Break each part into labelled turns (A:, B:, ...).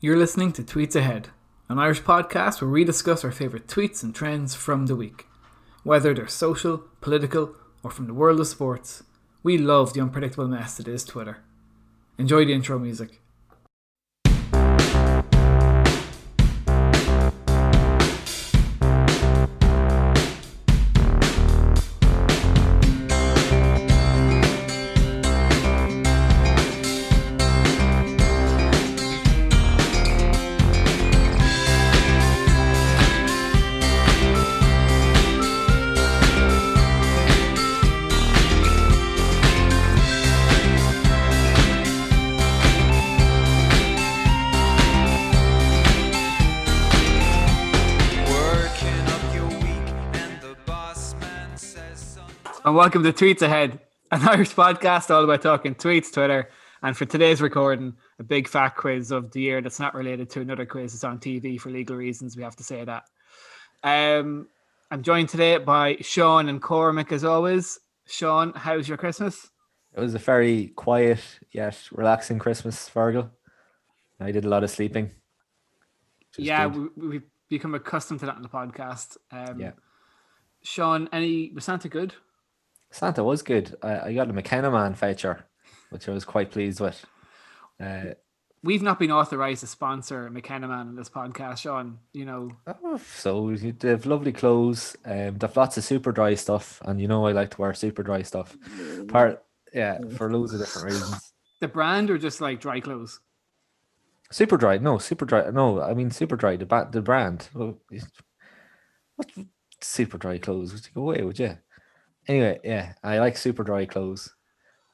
A: You're listening to Tweets Ahead, an Irish podcast where we discuss our favourite tweets and trends from the week. Whether they're social, political, or from the world of sports, we love the unpredictable mess that is Twitter. Enjoy the intro music.
B: Working up your week, and the boss man says something.
A: And welcome to Tweets Ahead, an Irish podcast all about talking tweets, Twitter, and for today's recording, a big fat quiz of the year that's not related to another quiz that's on TV for legal reasons. We have to say that. Um, I'm joined today by Sean and Cormac as always. Sean, how's your Christmas?
C: It was a very quiet yet relaxing Christmas, Fergal. I did a lot of sleeping. which is
A: yeah,
C: good.
A: we, we've become accustomed to that on the podcast. Um,
C: Yeah.
A: Sean, any was Santa good?
C: Santa was good. I, I got a McKenna man voucher, which I was quite pleased with. Uh,
A: We've not been authorized to sponsor McKenna Man in this podcast, Sean. You know,
C: oh, so you- they have lovely clothes. Um, they've lots of super dry stuff, and you know I like to wear super dry stuff.
A: Mm.
C: Part, yeah, for loads of different reasons.
A: the brand or just like dry clothes?
C: Super dry, no, super dry, no. I mean super dry. The ba- the brand. Well, it's- What super dry clothes? Would you go away? Would you? Anyway, yeah, I like super dry clothes,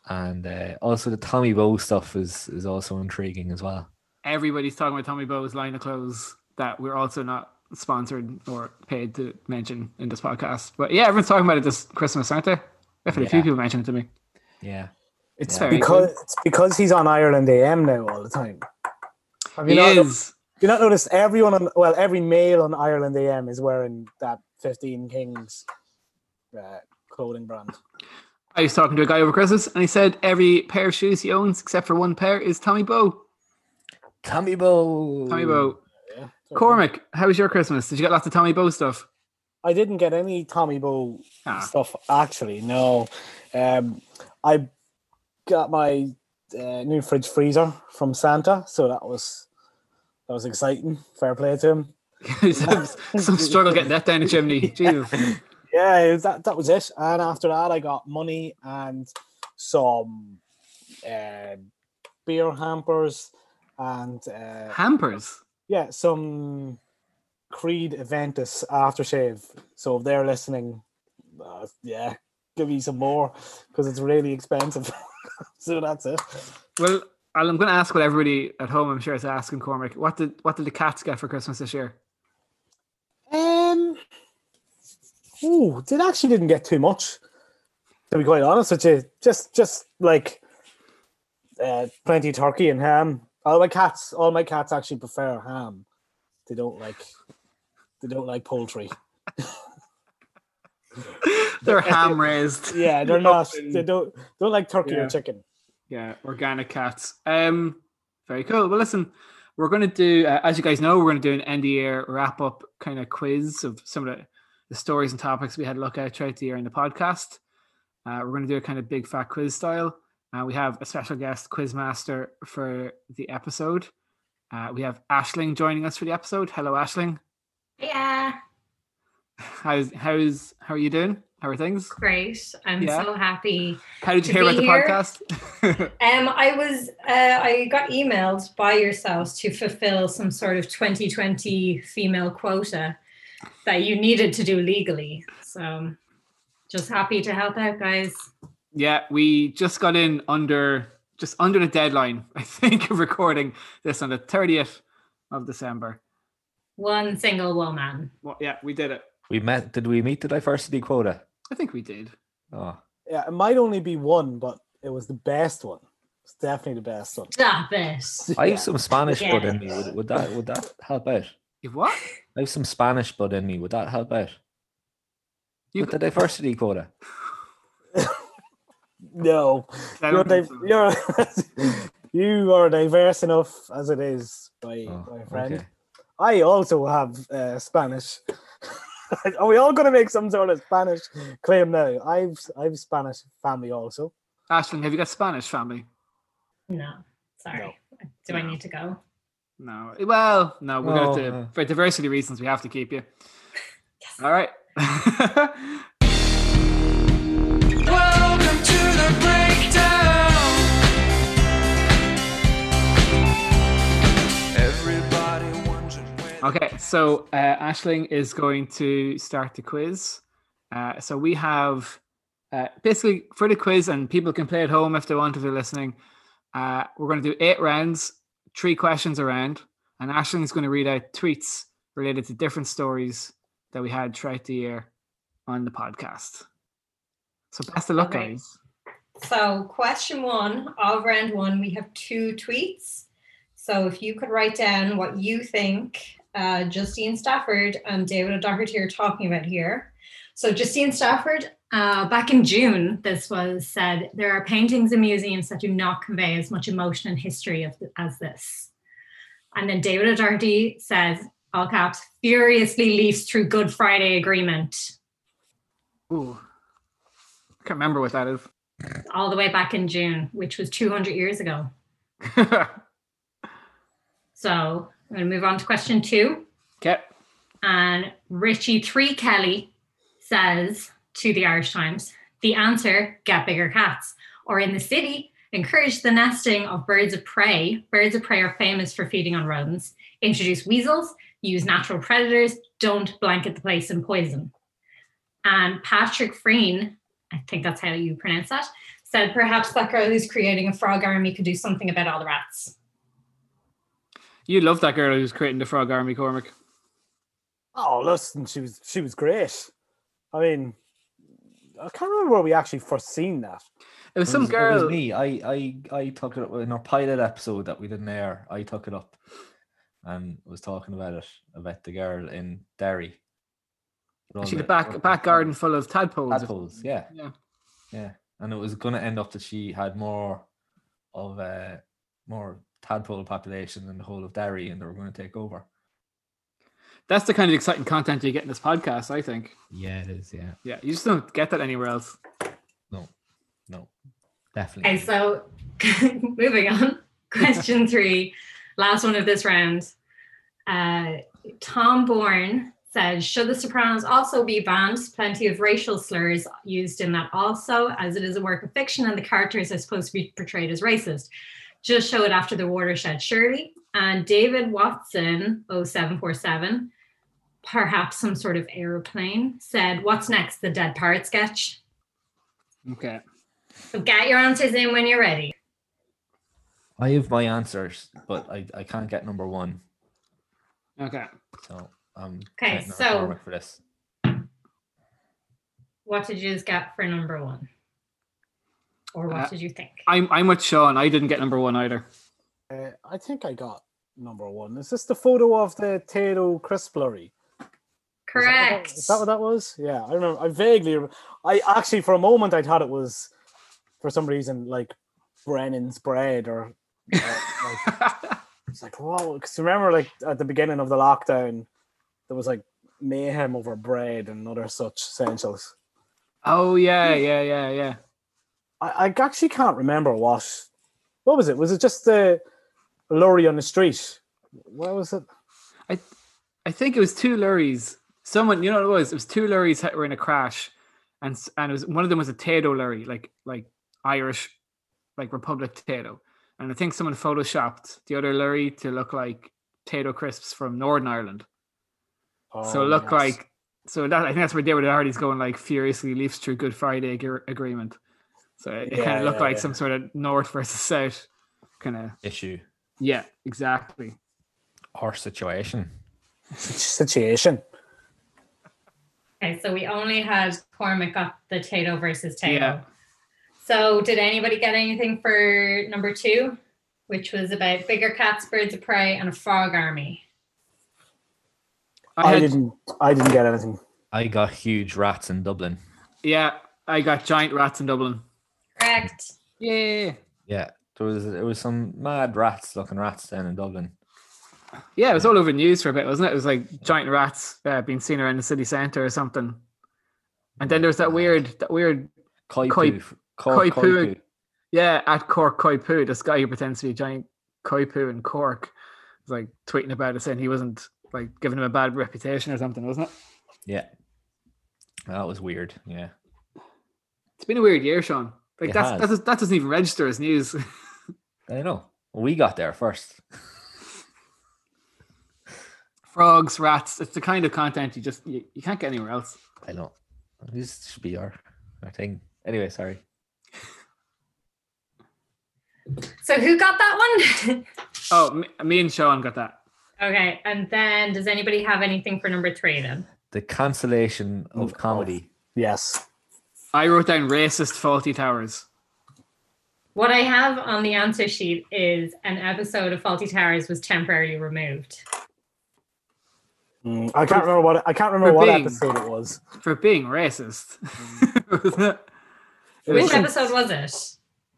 C: and uh, also the Tommy Bow stuff is is also intriguing as well.
A: Everybody's talking about Tommy Bowe's line of clothes that we're also not sponsored or paid to mention in this podcast. But yeah, everyone's talking about it this Christmas, aren't they? Definitely a few
C: Yeah.
A: people mentioned it to me.
C: Yeah,
D: It's
A: Yeah.
D: because it's because he's on Ireland AM now all the time. Have you
A: He
D: not?
A: is.
D: You not noticed everyone on well every male on Ireland AM is wearing that fifteen Kings uh, clothing brand.
A: I was talking to a guy over Christmas and he said every pair of shoes he owns, except for one pair, is Tommy Bow.
C: Tommy Bow.
A: Tommy Bow.
D: Yeah.
A: Cormac, how was your Christmas? Did you get lots of Tommy Bow stuff?
D: I didn't get any Tommy Bow
A: Ah.
D: stuff actually. No, um, I got my uh, new fridge freezer from Santa, so that was that was exciting. Fair play to him.
A: some, some struggle getting that down the chimney. Jesus.
D: Yeah, it was- that that was it. And after that, I got money and some uh, beer hampers and uh,
A: Hampers.
D: yeah, some Creed Aventus aftershave. So if they're listening, uh, yeah, give me some more because it's really expensive. so that's it.
A: Well, I'll- I'm going to ask what everybody at home, I'm sure, is asking Cormac. What did what did the cats get for Christmas this year?
D: Um, ooh, it actually didn't get too much. To be quite honest with you, just just like uh, plenty of turkey and ham. All my cats, all my cats actually prefer ham. They don't like they don't like poultry.
A: They're ham raised.
D: Yeah, they're not. They don't don't like turkey
A: Yeah.
D: or chicken.
A: Yeah, organic cats. Um, very cool. Well, listen, we're going to do, uh, as you guys know, we're going to do an end of year wrap up kind of quiz of some of the, the stories and topics we had a look at throughout the year in the podcast. Uh, we're going to do a kind of big fat quiz style. Uh, we have a special guest quiz master for the episode. Uh, we have Ashling joining us for the episode. Hello, Ashling.
E: Yeah,
A: How's how's how are you doing? How are things?
E: great. I'm
A: Yeah.
E: so happy.
A: How did you
E: To
A: hear about the
E: be here.
A: podcast?
E: Um, I was uh, I got emailed by yourselves to fulfill some sort of 2020 female quota that you needed to do legally. So just happy to help out, guys.
A: Yeah, we just got in under just under the deadline, I think, of recording this on the 30th of December.
E: One single woman.
A: Well, yeah, we did it.
C: We met. Did we meet the diversity quota?
A: I think we did.
C: Oh,
D: Yeah, it might only be one, but it was the best one. It's definitely the best one.
E: Stop it.
C: I
D: Yeah.
C: have some Spanish blood in me.
E: Yes.
C: Would, would that would that help out?
A: You what?
C: I have some Spanish blood in me. Would that help out
A: You
C: with the diversity quota?
D: No,
A: I
D: you're,
A: don't think
D: div- you're You are diverse enough as it is, my,
C: Oh,
D: my friend.
C: okay.
D: I also have uh, Spanish. are we all going to make some sort of Spanish claim now? I've I've Spanish family also.
A: Ashling, have you got Spanish family?
E: No, sorry. Do I
A: No.
E: need to go?
A: No. Well, no, we're going to,
C: No,
A: have
C: no.
A: to for diversity reasons, we have to keep you. All right.
B: Welcome to the breakdown. Everybody wondering where
A: okay. So uh, Ashling is going to start the quiz. Uh, so we have uh, basically for the quiz, and people can play at home if they want if they're listening. Uh, we're going to do eight rounds, three questions a round, and Ashling's going to read out tweets related to different stories that we had throughout the year on the podcast. So best of luck,
E: Okay.
A: guys.
E: So, question one of round one, we have two tweets. So, if you could write down what you think uh, Justine Stafford and David O'Doherty are talking about here. So, Justine Stafford, uh, back in June, this was said there are paintings in museums that do not convey as much emotion and history of, as this. And then David O'Doherty says, all caps, furiously leafs through Good Friday Agreement.
A: Ooh, I can't remember what that is.
E: all the way back in June, which was 200 years ago. So I'm going to move on to question two.
A: okay.
E: And Richie Three Kelly says to the Irish Times, the answer get bigger cats. Or in the city, encourage the nesting of birds of prey. Birds of prey are famous for feeding on rodents. Introduce weasels, use natural predators, don't blanket the place in poison. And Patrick Freen, I think that's how you pronounce that, said perhaps that girl who's creating a frog army could do something about all the rats.
A: You love that girl who's creating the Frog Army, Cormac.
D: Oh, listen, she was she was great. I mean, I can't remember where we actually first seen that.
A: It was some
C: it was,
A: girl.
C: It was me. I, I, I took it up in our pilot episode that we didn't air. I took it up and was talking about it about the girl in Derry. With all
A: She had a back back garden full of tadpoles.
C: Tadpoles, yeah,
A: Yeah.
C: yeah. And it was going to end up that she had more of a more tadpole population than the whole of Derry, and they were going to take over.
A: That's the kind of exciting content you get in this podcast, I think.
C: Yeah, it is. Yeah,
A: Yeah, you just don't get that anywhere else.
C: no, definitely.
E: Okay, so moving on. Question three, last one of this round. Uh, Tom Bourne said, Should The Sopranos also be banned? Plenty of racial slurs used in that, also, as it is a work of fiction and the characters are supposed to be portrayed as racist. Just show it after the watershed, surely. And David Watson, 0747, perhaps some sort of aeroplane, said, What's next? The dead pirate sketch?
A: Okay.
E: So get your answers in when you're ready.
C: I have my answers, but I, I can't get number one.
A: Okay.
C: So um.
E: Okay, so-
C: for this.
E: What did you get for number one? Or what
A: Uh,
E: did you think?
A: I'm I'm with Sean. I didn't get number one either.
D: Uh, I think I got number one. Is this the photo of the Tato crisp lorry?
A: oh,
D: Is that what that-
E: Correct.
D: Is that what that was? Yeah, I remember. I vaguely. rem- I actually, for a moment, I thought it was, for some reason, like Brennan's bread or. uh, like, It's like, whoa, because remember, like at the beginning of the lockdown, there was like mayhem over bread and other such essentials.
A: oh yeah, yeah, yeah, yeah.
D: I, I actually can't remember what. What was it? Was it just the lorry on the street? Where was it?
A: I think it was two lorries. Someone, you know what it was? It was two lorries that were in a crash, and s- and it was one of them was a Tato lorry, like like Irish, like Republic Tato, and I think someone photoshopped the other lorry to look like Tato crisps from Northern Ireland. so
D: Oh,
A: it looked
D: yes.
A: like so that I think that's where David Hardy's going like furiously leaps through Good Friday agre- agreement. So it, kind
D: Yeah,
A: of looked
D: yeah,
A: like
D: yeah.
A: some sort of North versus South kind of
C: issue
A: yeah exactly.
C: or situation.
D: situation.
E: Okay, so we only had Cormac got the Tato versus Tato.
A: Yeah.
E: So did anybody get anything for number two, which was about bigger cats, birds of prey, and a frog army?
A: I,
D: I,
A: had,
D: didn't. I didn't get anything.
C: I got huge rats in Dublin.
A: yeah I got giant rats in Dublin.
E: Correct.
A: Yeah.
C: Yeah, There was there was some mad rats looking rats down in Dublin.
A: Yeah, it was all over the news for a bit, wasn't it? It was like giant rats uh, being seen around the city centre or something. And then there was that weird, that weird,
C: Koi
A: Koi-
C: poo. f- co-
A: koi
C: koi
A: poo.
C: poo.
A: yeah, at Cork Koi Poo, this guy who pretends to be a giant Koi Poo in Cork was like tweeting about it, saying he wasn't like giving him a bad reputation or something, wasn't it?
C: Yeah. That was weird. Yeah.
A: It's been a weird year, Sean. Like
C: It
A: that's,
C: has.
A: that's that doesn't even register as news.
C: I know. We got there first.
A: Frogs, rats. It's the kind of content you just you, you can't get anywhere else.
C: I know. This should be our, our thing. Anyway, sorry.
E: So who got that one?
A: Oh, me, me and Sean got that.
E: okay. And then does anybody have anything for number three then?
C: The cancellation of
D: Mm,
C: comedy.
D: Yes.
A: I wrote down racist faulty towers.
E: What I have on the answer sheet is an episode of Faulty Towers was temporarily removed.
D: Mm, I can't remember what I can't remember what
A: being-
D: episode it was.
A: for being racist. Wasn't it? It
E: Which
A: was-
E: episode was it?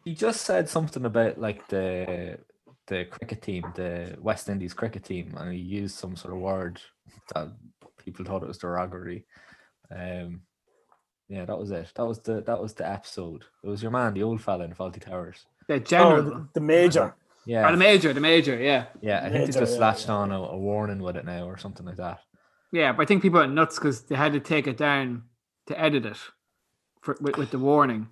C: You just said something about like the the cricket team, the West Indies cricket team, and you used some sort of word that people thought it was derogatory. Um yeah, that was it. That was the that was the episode. It was your man, the old fella in Faulty Towers.
A: the
D: Oh,
A: general.
D: the, the major.
C: Yeah,
A: Or the major, the major, yeah.
C: yeah. I think they
D: Major,
C: just
D: yeah,
C: latched
D: yeah.
C: on a, a warning with it now or something like that.
A: Yeah, but I think people are nuts because they had to take it down to edit it for, with, with the warning.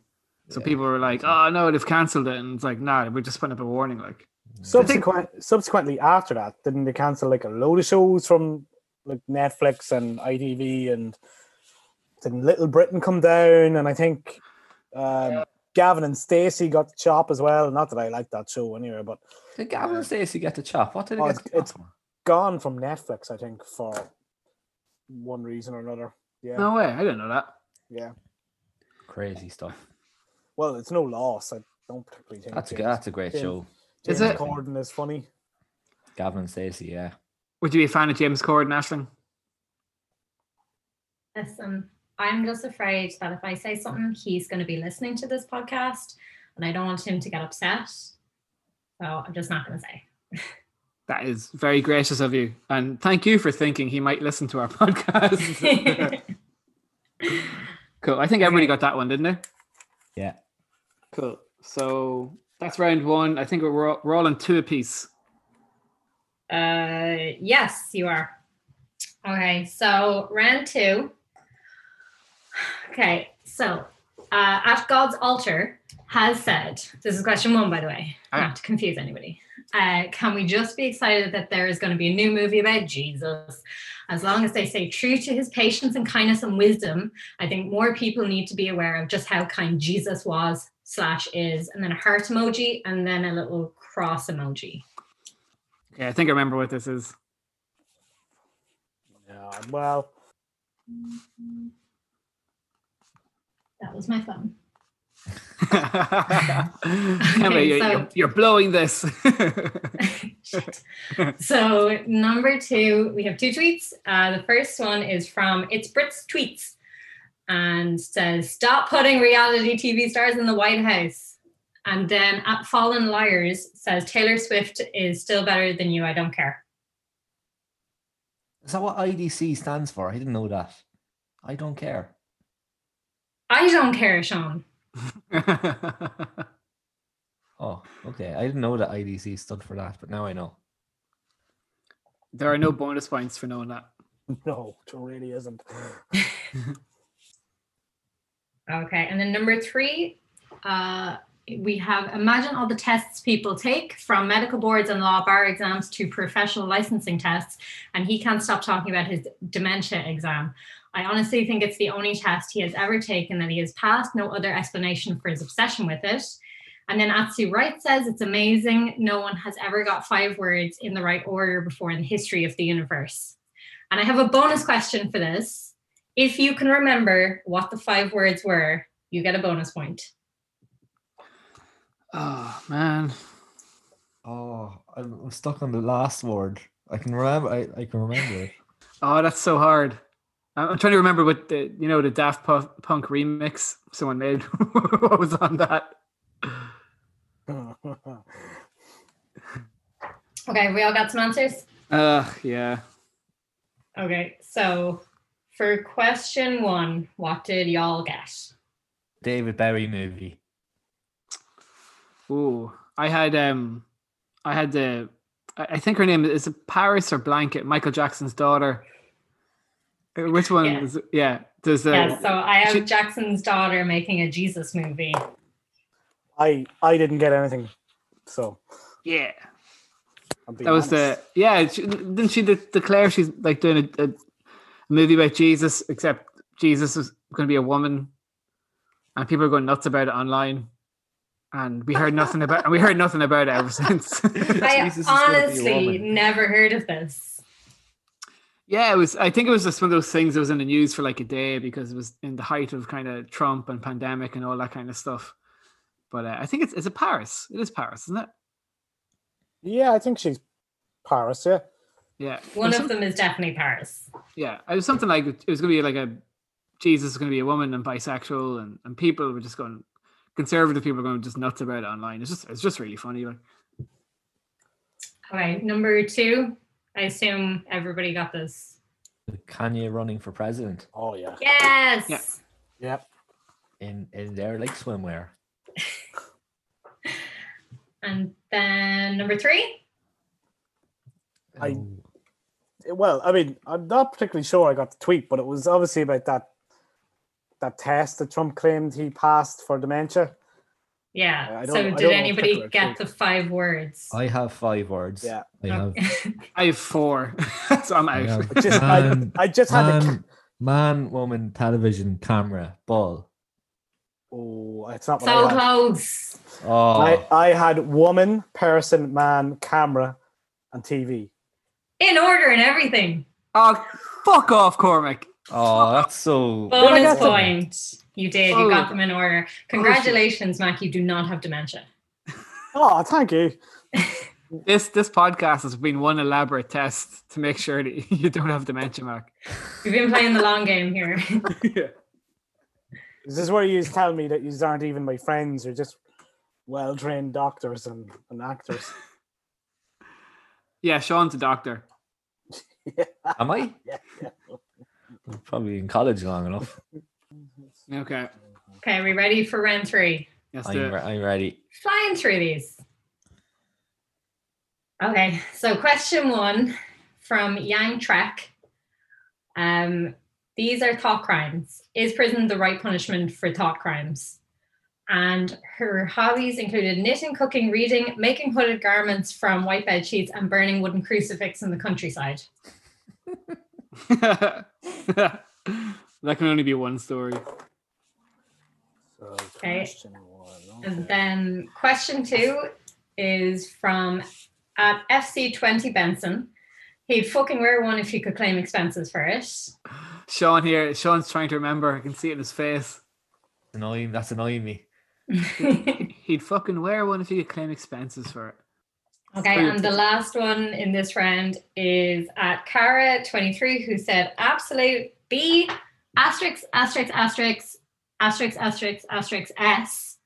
A: So
C: Yeah.
A: people were like, oh no, they've cancelled it. And it's like, nah, we're just putting up a warning. Like,
D: Subsequent, subsequently after that, didn't they cancel like a load of shows from like Netflix and ITV and didn't Little Britain come down? And I think um, Gavin and Stacey got the chop as well. Not that I like that show anyway, but
C: Did Gavin and Stacey get the chop? What did they
D: Oh,
C: get
D: it's-
C: the chop
D: it's-
C: for?
D: gone from Netflix, I think, for one reason or another. Yeah.
A: no way, I didn't know that.
D: Yeah.
C: Crazy stuff.
D: Well, it's no loss. I don't particularly think
C: That's a,
D: James-
C: that's a great
D: James-
C: show.
A: Is
D: James
A: it?
D: Corden is funny.
C: Gavin and Stacey, yeah.
A: Would you be a fan of James Corden, Ashling?
E: Listen, um, I'm just afraid that if I say something, he's going to be listening to this podcast, and I don't want him to get upset. So I'm just not going to say.
A: That is very gracious of you. And thank you for thinking he might listen to our podcast. cool. I think everybody got that one, didn't they?
C: Yeah.
A: Cool. So that's round one. I think we're all, we're all on two apiece.
E: Uh, yes, you are. Okay, so round two. Okay, so uh, at God's altar has said, this is question one, by the way, not to confuse anybody. Uh, can we just be excited that there is going to be a new movie about Jesus? As long as they stay true to his patience and kindness and wisdom, I think more people need to be aware of just how kind Jesus was slash is, and then a heart emoji, and then a little cross emoji.
A: Okay, I think I remember what this is.
D: Yeah. Well,
E: That was my phone.
A: Can't believe you're,
E: so-
A: you're- you're blowing this.
E: Shit. so number two, we have two tweets. Uh, the first one is from It's Brits Tweets and says, Stop putting reality TV stars in the White House. And then at Fallen Liars says Taylor Swift is still better than you. I don't care.
C: Is that what IDC stands for? I didn't know that. I don't care.
E: I don't care, Sean.
C: Oh, okay. I didn't know that IDC stood for that, but now I know.
A: there are no bonus points for knowing that.
D: no, it really isn't.
E: Okay. And then number three, uh, we have imagine all the tests people take from medical boards and law bar exams to professional licensing tests. And he can't stop talking about his dementia exam. I honestly think it's the only test he has ever taken that he has passed, no other explanation for his obsession with it. And then Atsu Wright says it's amazing no one has ever got five words in the right order before in the history of the universe. And I have a bonus question for this if you can remember what the five words were, you get a bonus point.
A: Oh man.
C: Oh, I'm I'm stuck on the last word. I can remember. I, I can remember it.
A: Oh, that's so hard. I- I'm trying to remember what the you know the Daft Pu- Punk remix someone made. what was on that?
D: I
E: Okay, we all got some answers?
A: Ugh, yeah.
E: Okay, so for question one, what did y'all get?
C: David Berry movie.
A: Ooh, I had um, I had the, I I think her name is it Paris or Blanket, Michael Jackson's daughter. Uh, Which one?
E: Yeah.
A: Is, yeah, there's a.
E: yeah, so I have
A: she-
E: Jackson's daughter making a Jesus movie.
D: I I didn't get anything, so
A: yeah.
D: I'm being
A: that was the
D: honest.
A: yeah. She, didn't she de- declare she's like doing a, a movie about Jesus, except Jesus is going to be a woman, and people are going nuts about it online, and we heard nothing about and we heard nothing about it ever since.
E: I
C: Jesus is gonna be a
E: honestly
C: woman.
E: never heard of this.
A: Yeah, it was. I think it was just one of those things that was in the news for like a day because it was in the height of kind of Trump and pandemic and all that kind of stuff. But uh, I think it's it's a Paris. It is Paris, isn't it?
D: yeah. I think she's Paris. Yeah,
A: Yeah.
E: One
A: There's
E: of
A: some-
E: them is definitely Paris.
A: Yeah, it was something like it was going to be like a Jesus is going to be a woman and bisexual, and and people were just going conservative people are going just nuts about it online. It's just it's just really funny. Like
E: Okay, number two. I assume everybody got this.
C: Kanye running for president
D: oh yeah,
E: Yes.
A: Yeah.
D: yeah.
C: in in their like swimwear.
E: And then number three.
D: I-
C: Um,
D: well, I mean, I'm not particularly sure I got the tweet, but it was obviously about that that test that Trump claimed he passed for dementia. I-
E: Yeah.
D: I
E: So
D: don't- I
E: did
D: don't know
E: anybody
D: particular
E: get the
D: clue.
E: five words?
C: I have five words.
D: Yeah.
C: I have.
A: I have four, so I'm
C: I
A: out.
C: have
D: It's just I-
C: man,
D: I just had a
C: man, man, woman, television, camera, ball.
D: oh, it's not what
E: so
D: I had.
E: close.
C: Oh,
D: I, I had woman, person, man, camera, and TV.
E: In order and everything.
A: Oh, fuck off, Cormac.
C: oh, that's so.
D: I
E: Bonus
D: got them.
E: point. You did. You
A: Oh.
E: got them in order. Congratulations, Mac. You do not have dementia.
D: Oh, thank you.
A: This this podcast has been one elaborate test to make sure that you don't have dementia, Mark.
E: We've been playing the long game here.
D: Is this where you tell me that you aren't even my friends? You're just well trained doctors and, and actors.
A: Yeah, Sean's a doctor.
C: Am I? Probably in college long enough.
A: Okay,
E: Okay, are we ready for round three?
A: that's
C: I'm,
A: the
C: re- I'm ready.
E: flying through these. Okay, so question one from Yang Trek. Um, these are thought crimes. Is prison the right punishment for thought crimes? And her hobbies included knitting, cooking, reading, making hooded garments from white bed sheets, and burning wooden crucifix in the countryside.
A: that can only be one story.
D: So,
E: Okay.
D: question one.
E: And
D: okay.
E: then question two is from at FC20 Benson. He'd fucking wear one if he could claim expenses for it.
A: Sean here. Sean's trying to remember. I can see it in his face.
C: Annoying. That's annoying me.
E: okay,
A: He'd fucking wear one if he could claim expenses for it.
E: and the last one in this round is at Cara23, who said absolute B asterisk, asterisk, asterisk, asterisk, asterisk, asterisk, S,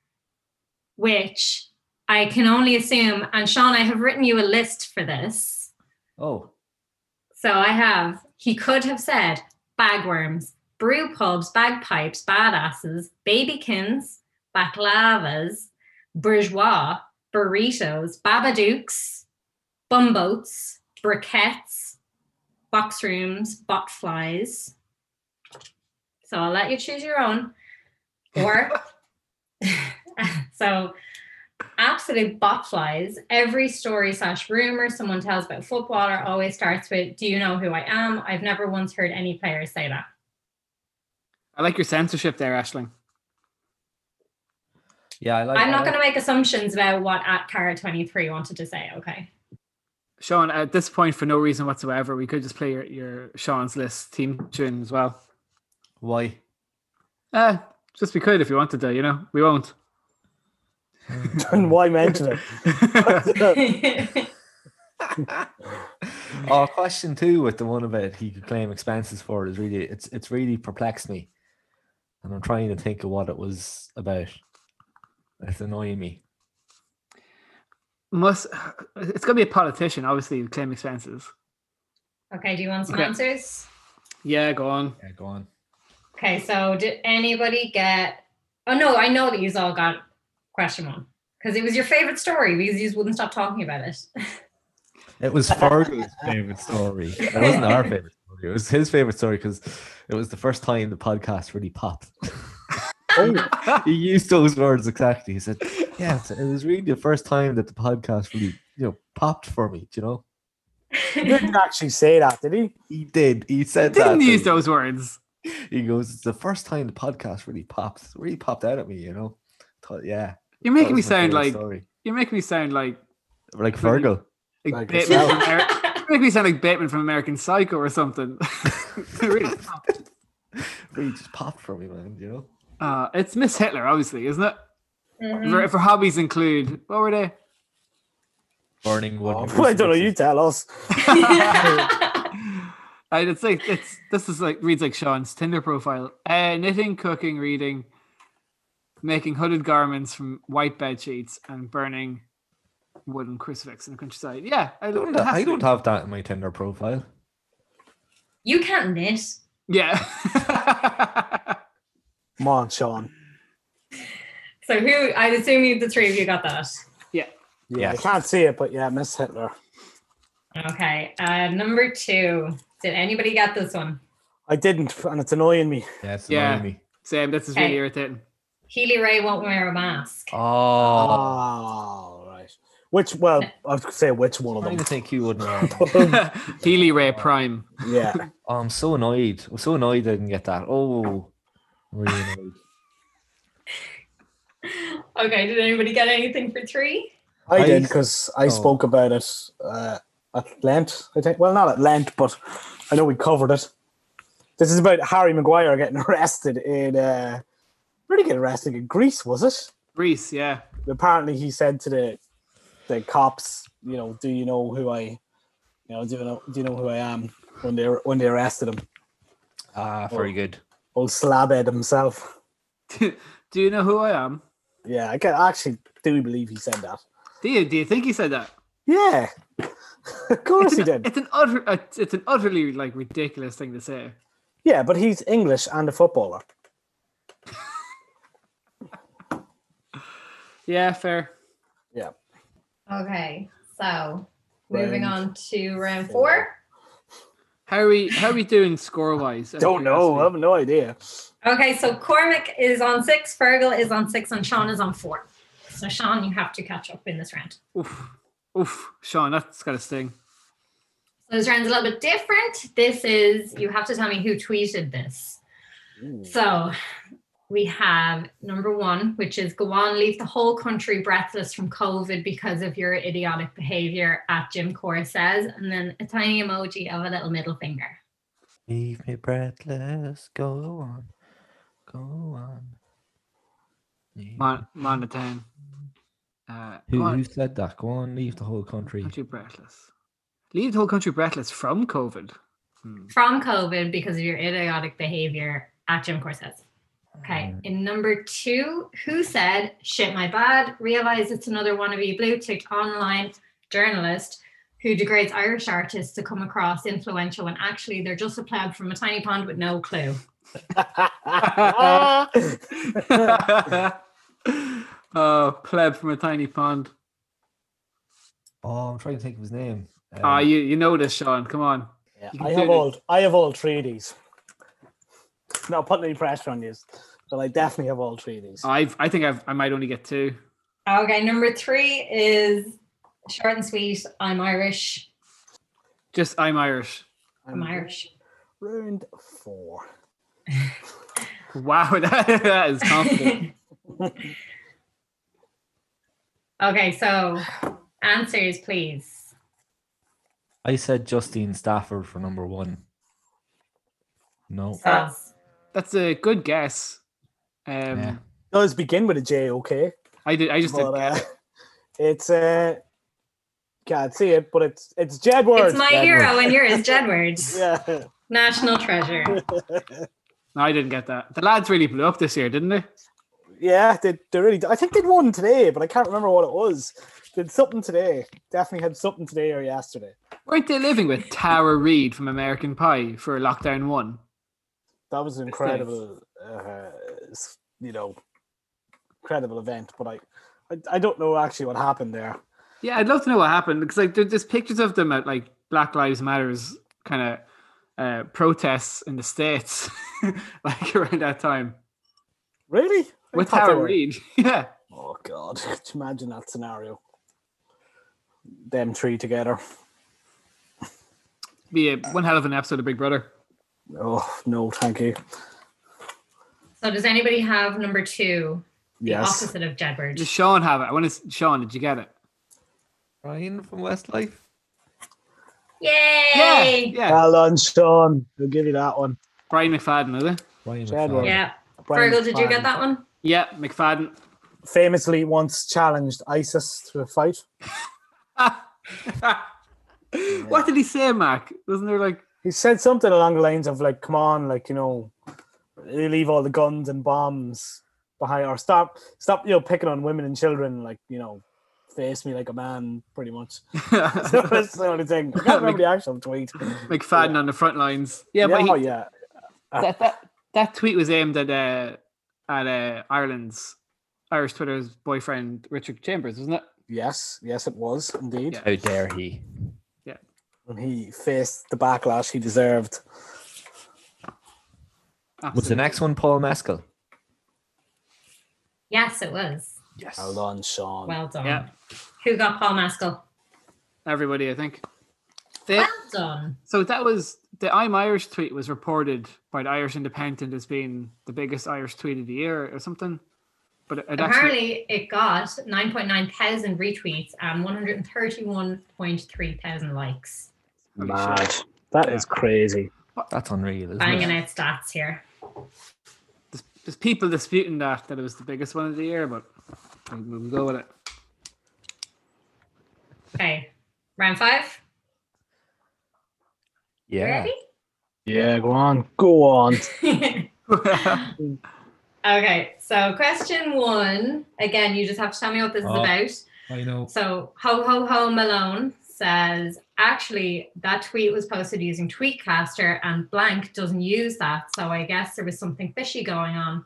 E: which I can only assume. And Sean, I have written you a list for this.
C: Oh,
E: So I have, he could have said bagworms, brew pubs, bagpipes, badasses, babykins, baklavas, bourgeois, burritos, babadooks, bumboats, briquettes, box rooms, botflies. So I'll let you choose your own. Or, so absolute bot flies. Every story slash rumor someone tells about footballer always starts with, "Do you know who I am?" I've never once heard any player say that.
A: I like your censorship there, Ashling.
C: yeah. I like.
E: I'm
C: I
E: not
C: like-
E: going to make assumptions about what at Cara 23 wanted to say. Okay.
A: Sean, at this point, for no reason whatsoever, we could just play your, your Sean's list team tune as well.
C: Why?
A: Uh, just we could if you wanted to, you know. We won't.
D: and why mention it?
C: Oh, question two with the one about he could claim expenses for is really it's it's really perplexed me, and I'm trying to think of what it was about. It's annoying me.
A: must it's gonna be a politician, obviously, to claim expenses.
E: Okay, do you want some
A: Okay.
E: answers?
A: Yeah, go on.
C: Yeah, go on.
E: Okay, so did anybody get? Oh no, I know that you all got question one because it was your favorite story because you wouldn't stop talking about it.
C: It was Fergal's favorite story. It wasn't our favorite story. It was his favorite story because it was the first time the podcast really popped.
D: Oh,
C: he used those words exactly. He said, "Yeah, it's- it was really the first time that the podcast really, you know, popped for me." do You know,
D: he didn't actually say that, did he?
C: he did. He said
A: Didn't
C: that.
A: use
C: though.
A: those words.
C: He goes, "It's the first time the podcast really popped. It Really popped out at me." You know, thought, yeah.
A: You're
C: that
A: making me
C: was my
A: sound
C: favorite
A: like
C: story.
A: you're making me sound like
C: like
A: really-
C: Fergal.
A: like,
D: Like
A: Bateman
D: yourself.
A: from Amer- you're making me sound like Bateman from American Psycho or something. Really.
C: Really just popped for me, man. You know.
A: Uh, it's Miss Hitler, obviously, isn't it?
E: Mhm.
A: For, for hobbies include what were they?
C: Burning wood. and
D: Oh, I don't know. You
C: crucifixes.
D: tell us.
A: Uh, it's like it's this is like reads like Sean's Tinder profile. Uh, knitting, cooking, reading, making hooded garments from white bed sheets, and burning wooden crucifix in the countryside. Yeah, I
C: I don't,
A: it
C: ha-
A: has
C: I
A: to be.
C: don't have that in my Tinder profile.
E: you can't knit.
A: Yeah.
D: Come on, Sean.
E: So who? I assume you, the three of you got that.
D: Yeah, I
C: Yes.
D: can't see it, but yeah, Miss Hitler.
E: Okay. Uh, number two. Did anybody get this one?
D: I didn't, and it's annoying me.
C: Yeah, it's
A: Yeah.
C: annoying me.
A: Same. This is really
E: Okay.
A: irritating.
E: Healy Ray won't wear a mask.
C: Oh,
D: Oh, right. Which, well, I'd say which
C: I'm
D: one of
C: trying to
D: them.
C: think you wouldn't. know.
A: Healy Ray Prime.
D: yeah.
C: Oh, I'm so annoyed. I'm so annoyed I didn't get that. Oh, I'm really annoyed.
E: Okay. Did anybody get anything for three?
D: I,
C: I
D: did
C: s-
D: because I
C: oh.
D: spoke about it uh, at length. I think. Well, not at length, but I know we covered it. This is about Harry Maguire getting arrested in. Uh, where did he get arrested? In Greece, was it?
A: Reese, yeah.
D: Apparently, he said to the the cops, "You know, do you know who I? You know, do you know, do you know who I am?" When they when they arrested him,
C: Ah,
A: Oh.
C: very good.
D: old slabhead himself.
A: do you know who I am?
D: Yeah, I can, actually do believe he said that.
A: Do you do you think he said that?
D: Yeah, of course he
A: It's an-
D: did.
A: It's an utter, uh, it's it's an utterly like ridiculous thing to say.
D: Yeah, but he's English and a footballer.
A: Yeah, fair.
E: Okay. So moving
D: Round
E: on to round four.
A: How are we how are we doing score wise?
D: Don't know. I have no idea.
E: Okay, so Cormac is on six, Fergal is on six, and Sean is on four. So Sean, you have to catch up in this round.
A: Oof, oof, Sean, that's got a sting.
E: So this round's a little bit different. This is you have to tell me who tweeted this. So we have number one, which is go on, leave the whole country breathless from COVID because of your idiotic behavior at Jim Cora says, and then a tiny emoji of a little middle finger.
C: Leave me breathless. Go on. Go on. Leave-
A: Mon Monatan. Uh
C: Who,
A: go
C: who
A: on,
C: said that? Go on, leave the whole country.
A: country breathless. Leave the whole country breathless from COVID. Hmm.
E: From COVID because of your idiotic behavior at Jim Cora says. Okay, in number two, who said, shit my bad, realize it's another wannabe blue ticked online journalist who degrades Irish artists to come across influential when actually they're just a pleb from a tiny pond with no clue.
A: oh, pleb from a tiny pond.
C: Oh, I'm trying to think of his name.
A: Ah,
C: Um,
A: you, you know this, Sean. Come on.
D: Yeah,
A: You can
D: I
A: do
D: have
A: it.
D: all I have all three of these. Not putting any pressure on you, but I definitely have all three of these.
A: I've I think I've I might only get two.
E: Okay, number three is short and sweet, I'm Irish.
A: Just I'm Irish.
E: I'm Irish.
D: Round four.
A: Wow, that, that is confident.
E: okay, so answers, please.
C: I said Justine Stafford for number one. No.
E: So,
A: That's a good guess. Um,
C: Yeah.
D: Does begin with a J, okay?
A: I did. I just did.
D: But, uh, it's uh can't see it, but it's it's Jedward.
E: it's my
C: Jedward.
E: hero and yours, Jedwards.
D: yeah.
E: National treasure.
A: No, I didn't get that. The lads really blew up this year, didn't they?
D: yeah, they they really. I think they'd won today, but I can't remember what it was. Did something today? Definitely had something today or yesterday.
A: Weren't they living with Tara Reid from American Pie for Lockdown One?
D: That was an incredible, uh, s- you know, incredible event. But I, I, I don't know actually what happened there.
A: Yeah, I'd love to know what happened because like there- there's pictures of them at like Black Lives Matters kind of uh, protests in the states, like around that time
D: Really? I
A: with
D: thought they
A: Tara
D: were-
A: Reid. Yeah,
D: Oh God! Could you imagine that scenario? Them three together.
A: be a, one hell of an episode of Big Brother.
D: Oh no, thank you.
E: So does anybody have number two? The
D: Yes.
E: opposite of Deadbird.
A: Does Sean have it? I want to. Sean, did you get it?
C: Ryan from Westlife.
E: Yay!
A: Yeah, yeah.
D: Well done, Sean. We'll give you that one.
A: Brian McFadden, is it?
C: Ryan
D: Chad
C: McFadden.
E: Yeah.
D: Warren. Brian
E: Fergal, did you get
D: McFadden
E: that one?
A: Yeah, McFadden.
D: Famously, once challenged ISIS to a fight.
A: What did he say, Mac? Wasn't there like
D: he said something along the lines of like, "Come on, like you know, you leave all the guns and bombs behind, or stop, stop, you know, picking on women and children, like you know, face me like a man, pretty much." So That's the only thing. I can't remember the actual tweet.
A: McFadden on the front lines? Yeah, but he,
D: oh, yeah,
A: that that that tweet was aimed at uh, at uh, Ireland's Irish Twitter's boyfriend Richard Chambers, wasn't it?
D: yes, yes, it was indeed.
A: Yeah.
C: How dare he?
D: And he faced the backlash he deserved.
C: Was the
A: Absolutely.
C: next one Paul Mescal?
E: Yes, it was.
C: Yes.
D: Well done, Sean.
E: Well done.
A: Yeah.
E: Who got Paul Maskell?
A: Everybody, I think. They-
E: Well done.
A: so that was the I'm Irish tweet was reported by the Irish Independent as being the biggest Irish tweet of the year or something. But it, it actually
E: Apparently, it got 9.9 thousand retweets and 131.3 thousand likes.
A: Holy
D: Mad.
A: shit.
D: That
A: Yeah.
D: is crazy.
C: That's unreal, isn't
E: Banging
C: it?
E: out stats here.
A: there's, there's people disputing that that it was the biggest one of the year, but we- we'll go with it.
E: Okay, round five.
C: Yeah.
D: Yeah, go on, go on.
E: Ready? Okay, so question one. Again, you just have to tell me what this
C: Oh.
E: is
C: I know.
E: about. So, Ho Ho Ho Malone says, actually, that tweet was posted using Tweetcaster and blank doesn't use that. So, I guess there was something fishy going on.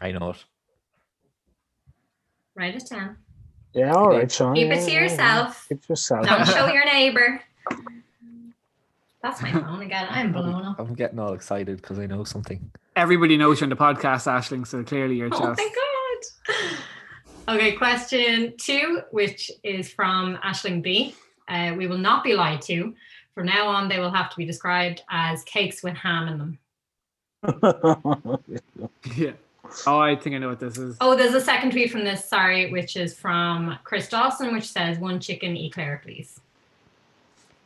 C: I know it.
E: Write it down.
D: Yeah, all right,
C: Oh,
D: Sean.
E: Keep
D: Yeah,
E: it to
D: yeah, yeah.
E: yourself.
D: Keep it to yourself.
E: Don't show your neighbor. That's my phone again. I'm blown up.
C: I'm getting all excited because I know something.
A: Everybody knows you're on the podcast, Ashling, so clearly you're
E: Oh
A: just
E: my god. Okay, question two, which is from Ashling B. Uh, we will not be lied to. From now on, they will have to be described as cakes with ham in them.
A: Yeah. Oh, I think I know what this is.
E: Oh, there's a second tweet from this, sorry, which is from Chris Dawson, which says one chicken eclair, please.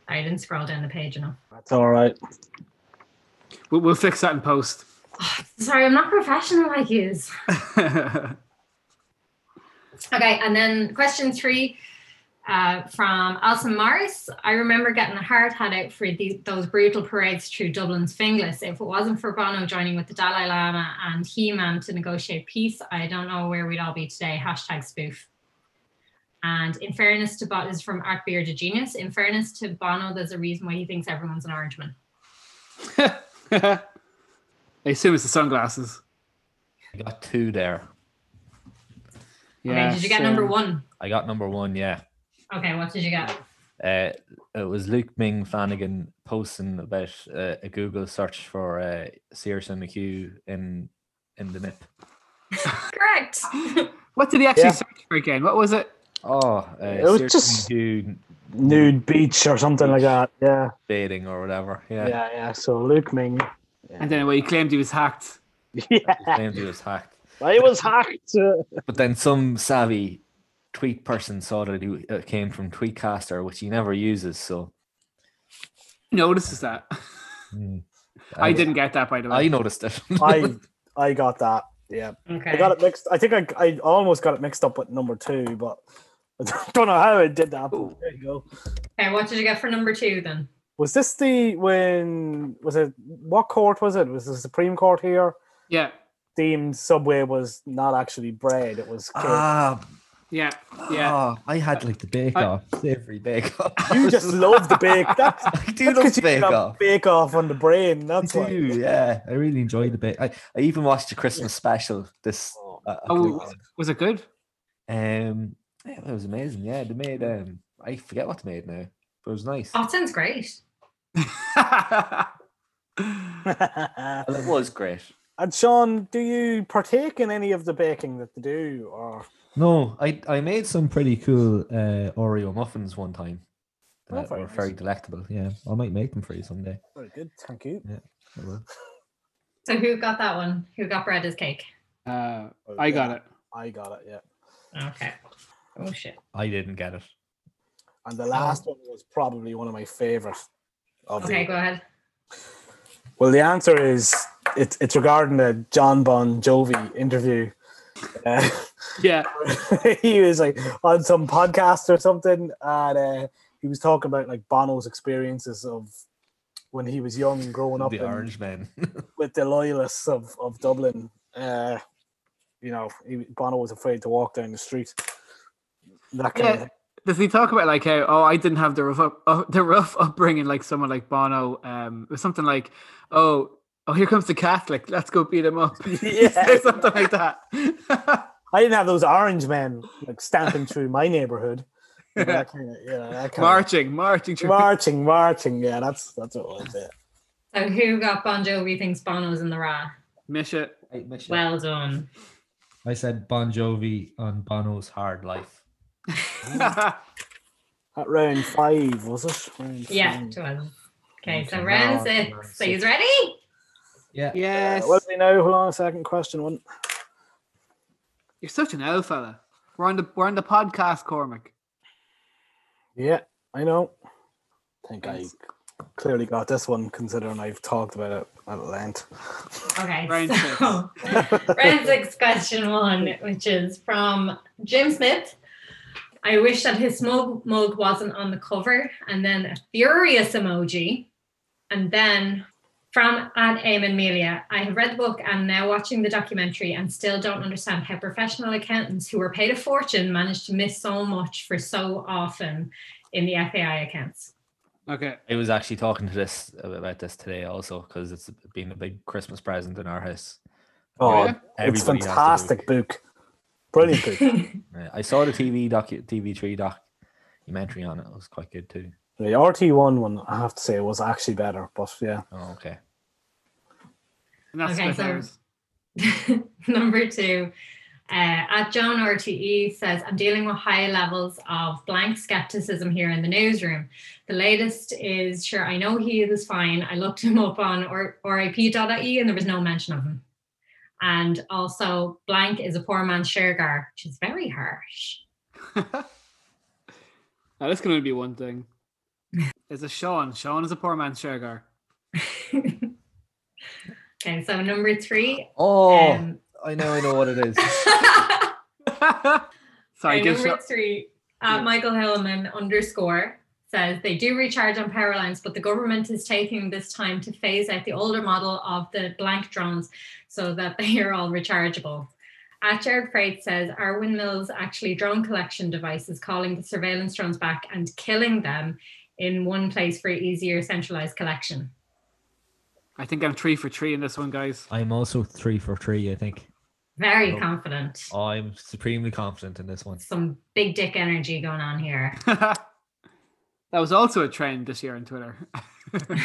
E: I didn't scroll down the page enough.
D: That's all right.
A: We'll, we'll fix that in post.
E: Sorry, I'm not professional like yous. Okay, and then question three uh, from Alison Morris. I remember getting a hard hat out for these, those brutal parades through Dublin's Finglas. If it wasn't for Bono joining with the Dalai Lama and He Man to negotiate peace, I don't know where we'd all be today. Hashtag spoof. And in fairness to Bono, this is from Art Beard, a genius. In fairness to Bono, there's a reason why he thinks everyone's an orange man.
A: I assume it's the sunglasses.
C: I got two there.
E: okay, did you get number
D: um,
E: one?
C: I got number one, yeah.
E: Okay, what did you get?
C: Uh, it was Luke Ming Flanagan posting about uh, a Google search for uh, Searson McHugh in in the NIP.
E: Correct.
A: What did he actually
D: Yeah.
A: search for again? What was it?
C: Oh, uh,
D: It was
C: Searson
D: just-
C: McHugh
D: Nude beach or something like that. Yeah,
C: dating or whatever.
D: yeah,
C: Yeah.
D: yeah. So Luke Ming.
A: And then well, he claimed he was hacked.
C: He
D: Yeah,
C: claimed he was hacked.
D: I was hacked. Uh,
C: But then some savvy tweet person saw that he- it came from Tweetcaster, which he never uses. So
A: He Notices that.
C: mm,
A: I didn't get that by the
C: I
A: way.
C: noticed it.
D: I I got that. Yeah,
E: Okay.
D: I got it mixed. I think I I almost got it mixed up with number two, but I don't know how I did that. But there you go.
E: Okay, what did you get for number two then?
D: Was this the when was it? What court was it? Was the Supreme Court here?
A: yeah.
D: deemed Subway was not actually bread; it was cake.
C: Ah,
A: Yeah, yeah.
C: ah, I had like the bake
A: I-
C: off every bake off.
D: you just love the bake. That's
C: I do
D: that's
C: love
D: 'cause you
C: bake
D: have
C: off.
D: Bake off on the brain.
C: I
D: That's why.
C: do, yeah. I really enjoy the bake. I, I even watched a Christmas special this. Uh, a couple
A: Oh,
C: of
A: was,
C: weeks
A: was it good?
C: ago. um, yeah, it was amazing. Yeah, they made. Um, I forget what they made now, but it was nice.
A: Oh.
E: That Oh, sounds great.
A: Uh,
C: Well, it was great.
D: and Sean, do you partake in any of the baking that they do, or
C: No, I I made some pretty cool uh, Oreo muffins one time.
D: Oh,
C: That
D: very
C: were
D: nice.
C: very delectable. Yeah, I might make them for you someday.
D: very Oh, good? Thank you.
C: I will.
E: So who got that one? Who got bread as cake?
A: uh,
D: Oh,
A: I got it.
D: I got it. Yeah.
E: Okay. Oh shit.
C: I didn't get it.
D: And the last one was probably one of my favorite. Of
E: Okay,
D: the,
E: go ahead.
D: Well, the answer is it's it's regarding the John Bon Jovi interview. Uh,
A: Yeah,
D: he was like on some podcast or something, and uh, he was talking about like Bono's experiences of when he was young, growing up
C: the
D: in-
C: orange men.
D: with the loyalists of of Dublin. Uh, you know, he, Bono was afraid to walk down the street. That kind
A: yeah. Does he talk about like how oh I didn't have the rough up, uh, the rough upbringing like someone like Bono um or something like oh oh here comes the Catholic let's go beat him up
D: of yeah.
A: something like that.
D: I didn't have those orange men like stamping through my neighborhood. You know, that kind of, you know, that kind
A: marching, marching.
D: of
A: through-
D: marching, marching. Yeah, that's that's what it was. Yeah.
E: So who got Bon Jovi thinks Bono's in the raw?
A: Mish it.
E: Well done.
C: I said Bon Jovi on Bono's Hard Life.
A: Mm.
D: At round five, was it? Round
E: Yeah,
D: five.
E: it was. Okay, so
C: Okay,
D: now
E: round
D: round
E: six. So
D: six.
E: he's ready?
C: Yeah.
A: yes,
D: Uh, what do we know? Hold on a second. Question one.
A: you're such an owl fella. We're on the we're on the podcast, Cormac.
D: Yeah, I know. I think
A: Yes.
D: I clearly got this one considering I've talked about it at length.
E: Okay.
A: Round
E: so, round six, question one, which is from Jim Smith. I wish that his smug mug wasn't on the cover, and then a furious emoji, and then from at Aim and Melia, I have read the book and now watching the documentary and still don't understand how professional accountants who were paid a fortune managed to miss so much for so often in the FAI accounts.
A: Okay.
C: I was actually talking to this about this today also because it's been a big Christmas present in our house.
D: Oh,
A: Yeah.
C: Everybody has to
D: it's
C: do it.
D: fantastic book. Brilliant book.
C: Yeah, I saw the TV docu TV three documentary on it. It was quite good too.
D: The RT one one, I have to say, was actually better. But yeah,
C: Oh, okay.
A: And that's
E: Okay,
A: about
E: so-
A: ours.
E: Number two, uh, at John RTE says, I'm dealing with high levels of blank skepticism here in the newsroom. The latest is sure, I know he is fine. I looked him up on or- rip.ie E and there was no mention of him. And also, blank is a poor man's Shergar, which is very harsh.
A: Now this can only be one thing. Is a Sean. Sean is a poor man's Shergar.
E: Okay, so number three.
C: Oh,
E: um,
C: I know, I know what it is.
A: Sorry,
E: Okay,
A: give
E: number
A: Sean.
E: three, uh,
A: Yeah.
E: Michael Hillman underscore says they do recharge on power lines, but the government is taking this time to phase out the older model of the blank drones so that they are all rechargeable. At Jared Freight says, are windmills actually drone collection devices calling the surveillance drones back and killing them in one place for easier centralized collection?
A: I think I'm three for three in this one, guys.
C: I'm also three for three. I think
E: Very
C: Oh.
E: confident.
C: I'm supremely confident in this one.
E: Some big dick energy going on here.
A: that was also a trend this year on Twitter.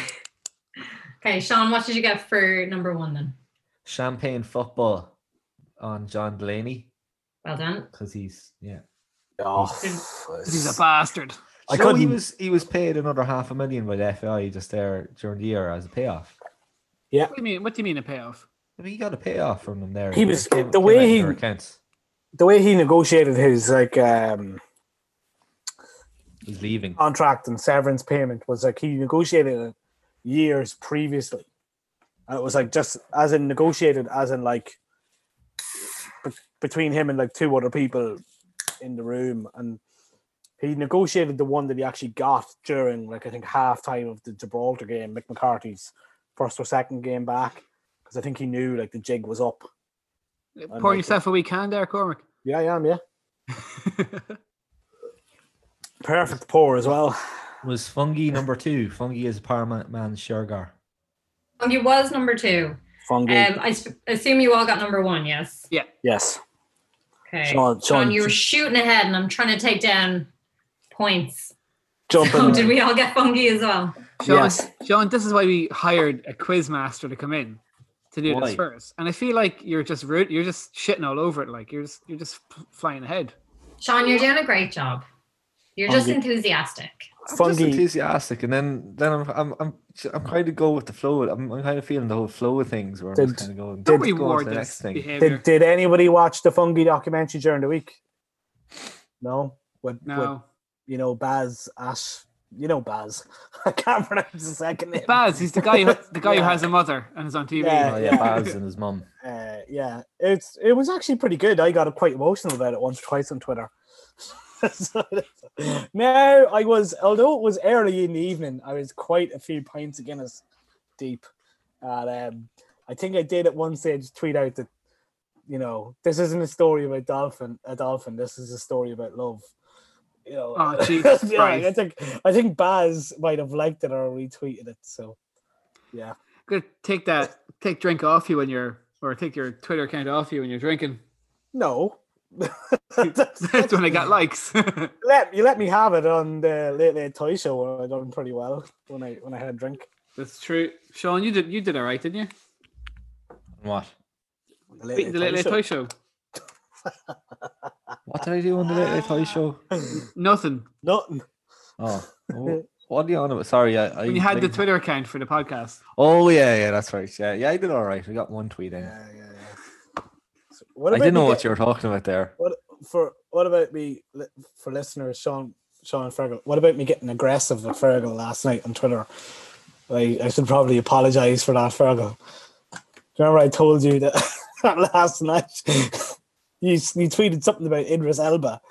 E: Okay, Sean, what did you get for number one then?
C: Champagne football on John Delaney
E: Well done.
C: because he's yeah.
D: oh,
A: He's
D: it's-
A: a bastard.
D: I
C: I know he
D: couldn't-
C: was he was paid another half a million by the FAI just there during the year as a payoff.
A: What do you mean? What do you mean a payoff?
C: I mean, he got a payoff from them there.
D: He
C: It
D: was-
C: came-
D: the
C: came
D: way
C: out in
D: he-
C: their accounts.
D: the way he negotiated his like um,
C: he's leaving.
D: contract and severance payment was like he negotiated it years previously, and it was like just as in negotiated as in like be- between him and like two other people in the room, and he negotiated the one that he actually got during like I think half time of the Gibraltar game, Mick McCarthy's first or second game back, because I think he knew like the jig was up
A: Pouring
D: like it.
A: yourself a wee can there, Cormac.
D: Yeah, I am. Yeah, perfect pour as well.
C: Was Fungi number two? Fungi is Paramount Man Shergar.
E: Fungi Um, was number two.
D: Fungi.
E: Um, I s- assume you all got number one, yes?
D: yes.
E: Okay.
D: Sean- Sean-
E: you were shooting ahead, and I'm trying to take down points.
D: Jumping.
E: Oh, did we all get fungi as well?
A: Sean,
D: Yes.
A: Sean, this is why we hired a quiz master to come in to do
C: Why?
A: this first. And I feel like you're just root, you're just shitting all over it. Like you're just you're just f- flying ahead.
E: Sean, you're doing a great job. You're just
D: Fungi.
E: enthusiastic.
C: I'm just
D: Fungi.
C: enthusiastic, and then then I'm I'm I'm, I'm kind of go with the flow. I'm, I'm kind of feeling the whole flow of things. Where I'm
D: Did-
C: just kind of going.
A: Don't
C: "Let's go on to
A: reward
C: the next
A: this
C: thing.
A: behavior.
D: Did, did anybody watch the Fungi documentary during the week? No. What?
A: no.
D: you know Baz Ash. You know Baz. I can't pronounce his second name.
A: Baz, he's the guy who the guy
D: Yeah.
A: who has a mother and is on TV.
D: Yeah.
C: Oh yeah, Baz and his mum.
D: Uh, yeah, it's it was actually pretty good. I got quite emotional about it once or twice on Twitter. now I was, although it was early in the evening, I was quite a few pints of Guinness deep, and um, I think I did at one stage tweet out that you know this isn't a story about dolphin a dolphin. This is a story about love. You know,
A: Oh, Jesus
D: yeah, I
A: Christ.
D: think I think Baz might have liked it or retweeted it. So yeah,
A: Good take that take drink off you when you're or take your Twitter account off you when you're drinking.
D: no.
A: That's when I got likes.
D: let you let me have it on the late late toy show where I done pretty well when I when I had a drink.
A: That's true. Sean, you did you did all right, didn't you?
C: What?
D: The Late
A: Beat the Late Late Toy Show.
C: What did I do on the Late Late Toy Show?
A: Nothing.
D: Nothing.
C: Oh, oh, what are you on about? Sorry, I, I
A: When you had the
C: blanked.
A: Twitter account for the podcast.
C: Oh yeah, yeah, that's right. Yeah, yeah, I did all right. We got one tweet in.
D: Yeah, yeah, yeah. So what
C: I
D: about
C: didn't know
D: me
C: what
D: get-
C: you were talking about there.
D: for. What about me li- for listeners, Sean, Sean Fergal? What about me getting aggressive with Fergal last night on Twitter? I, I should probably apologise for that, Fergal. Do you Remember, I told you that last night. you s- you tweeted something about Idris Elba,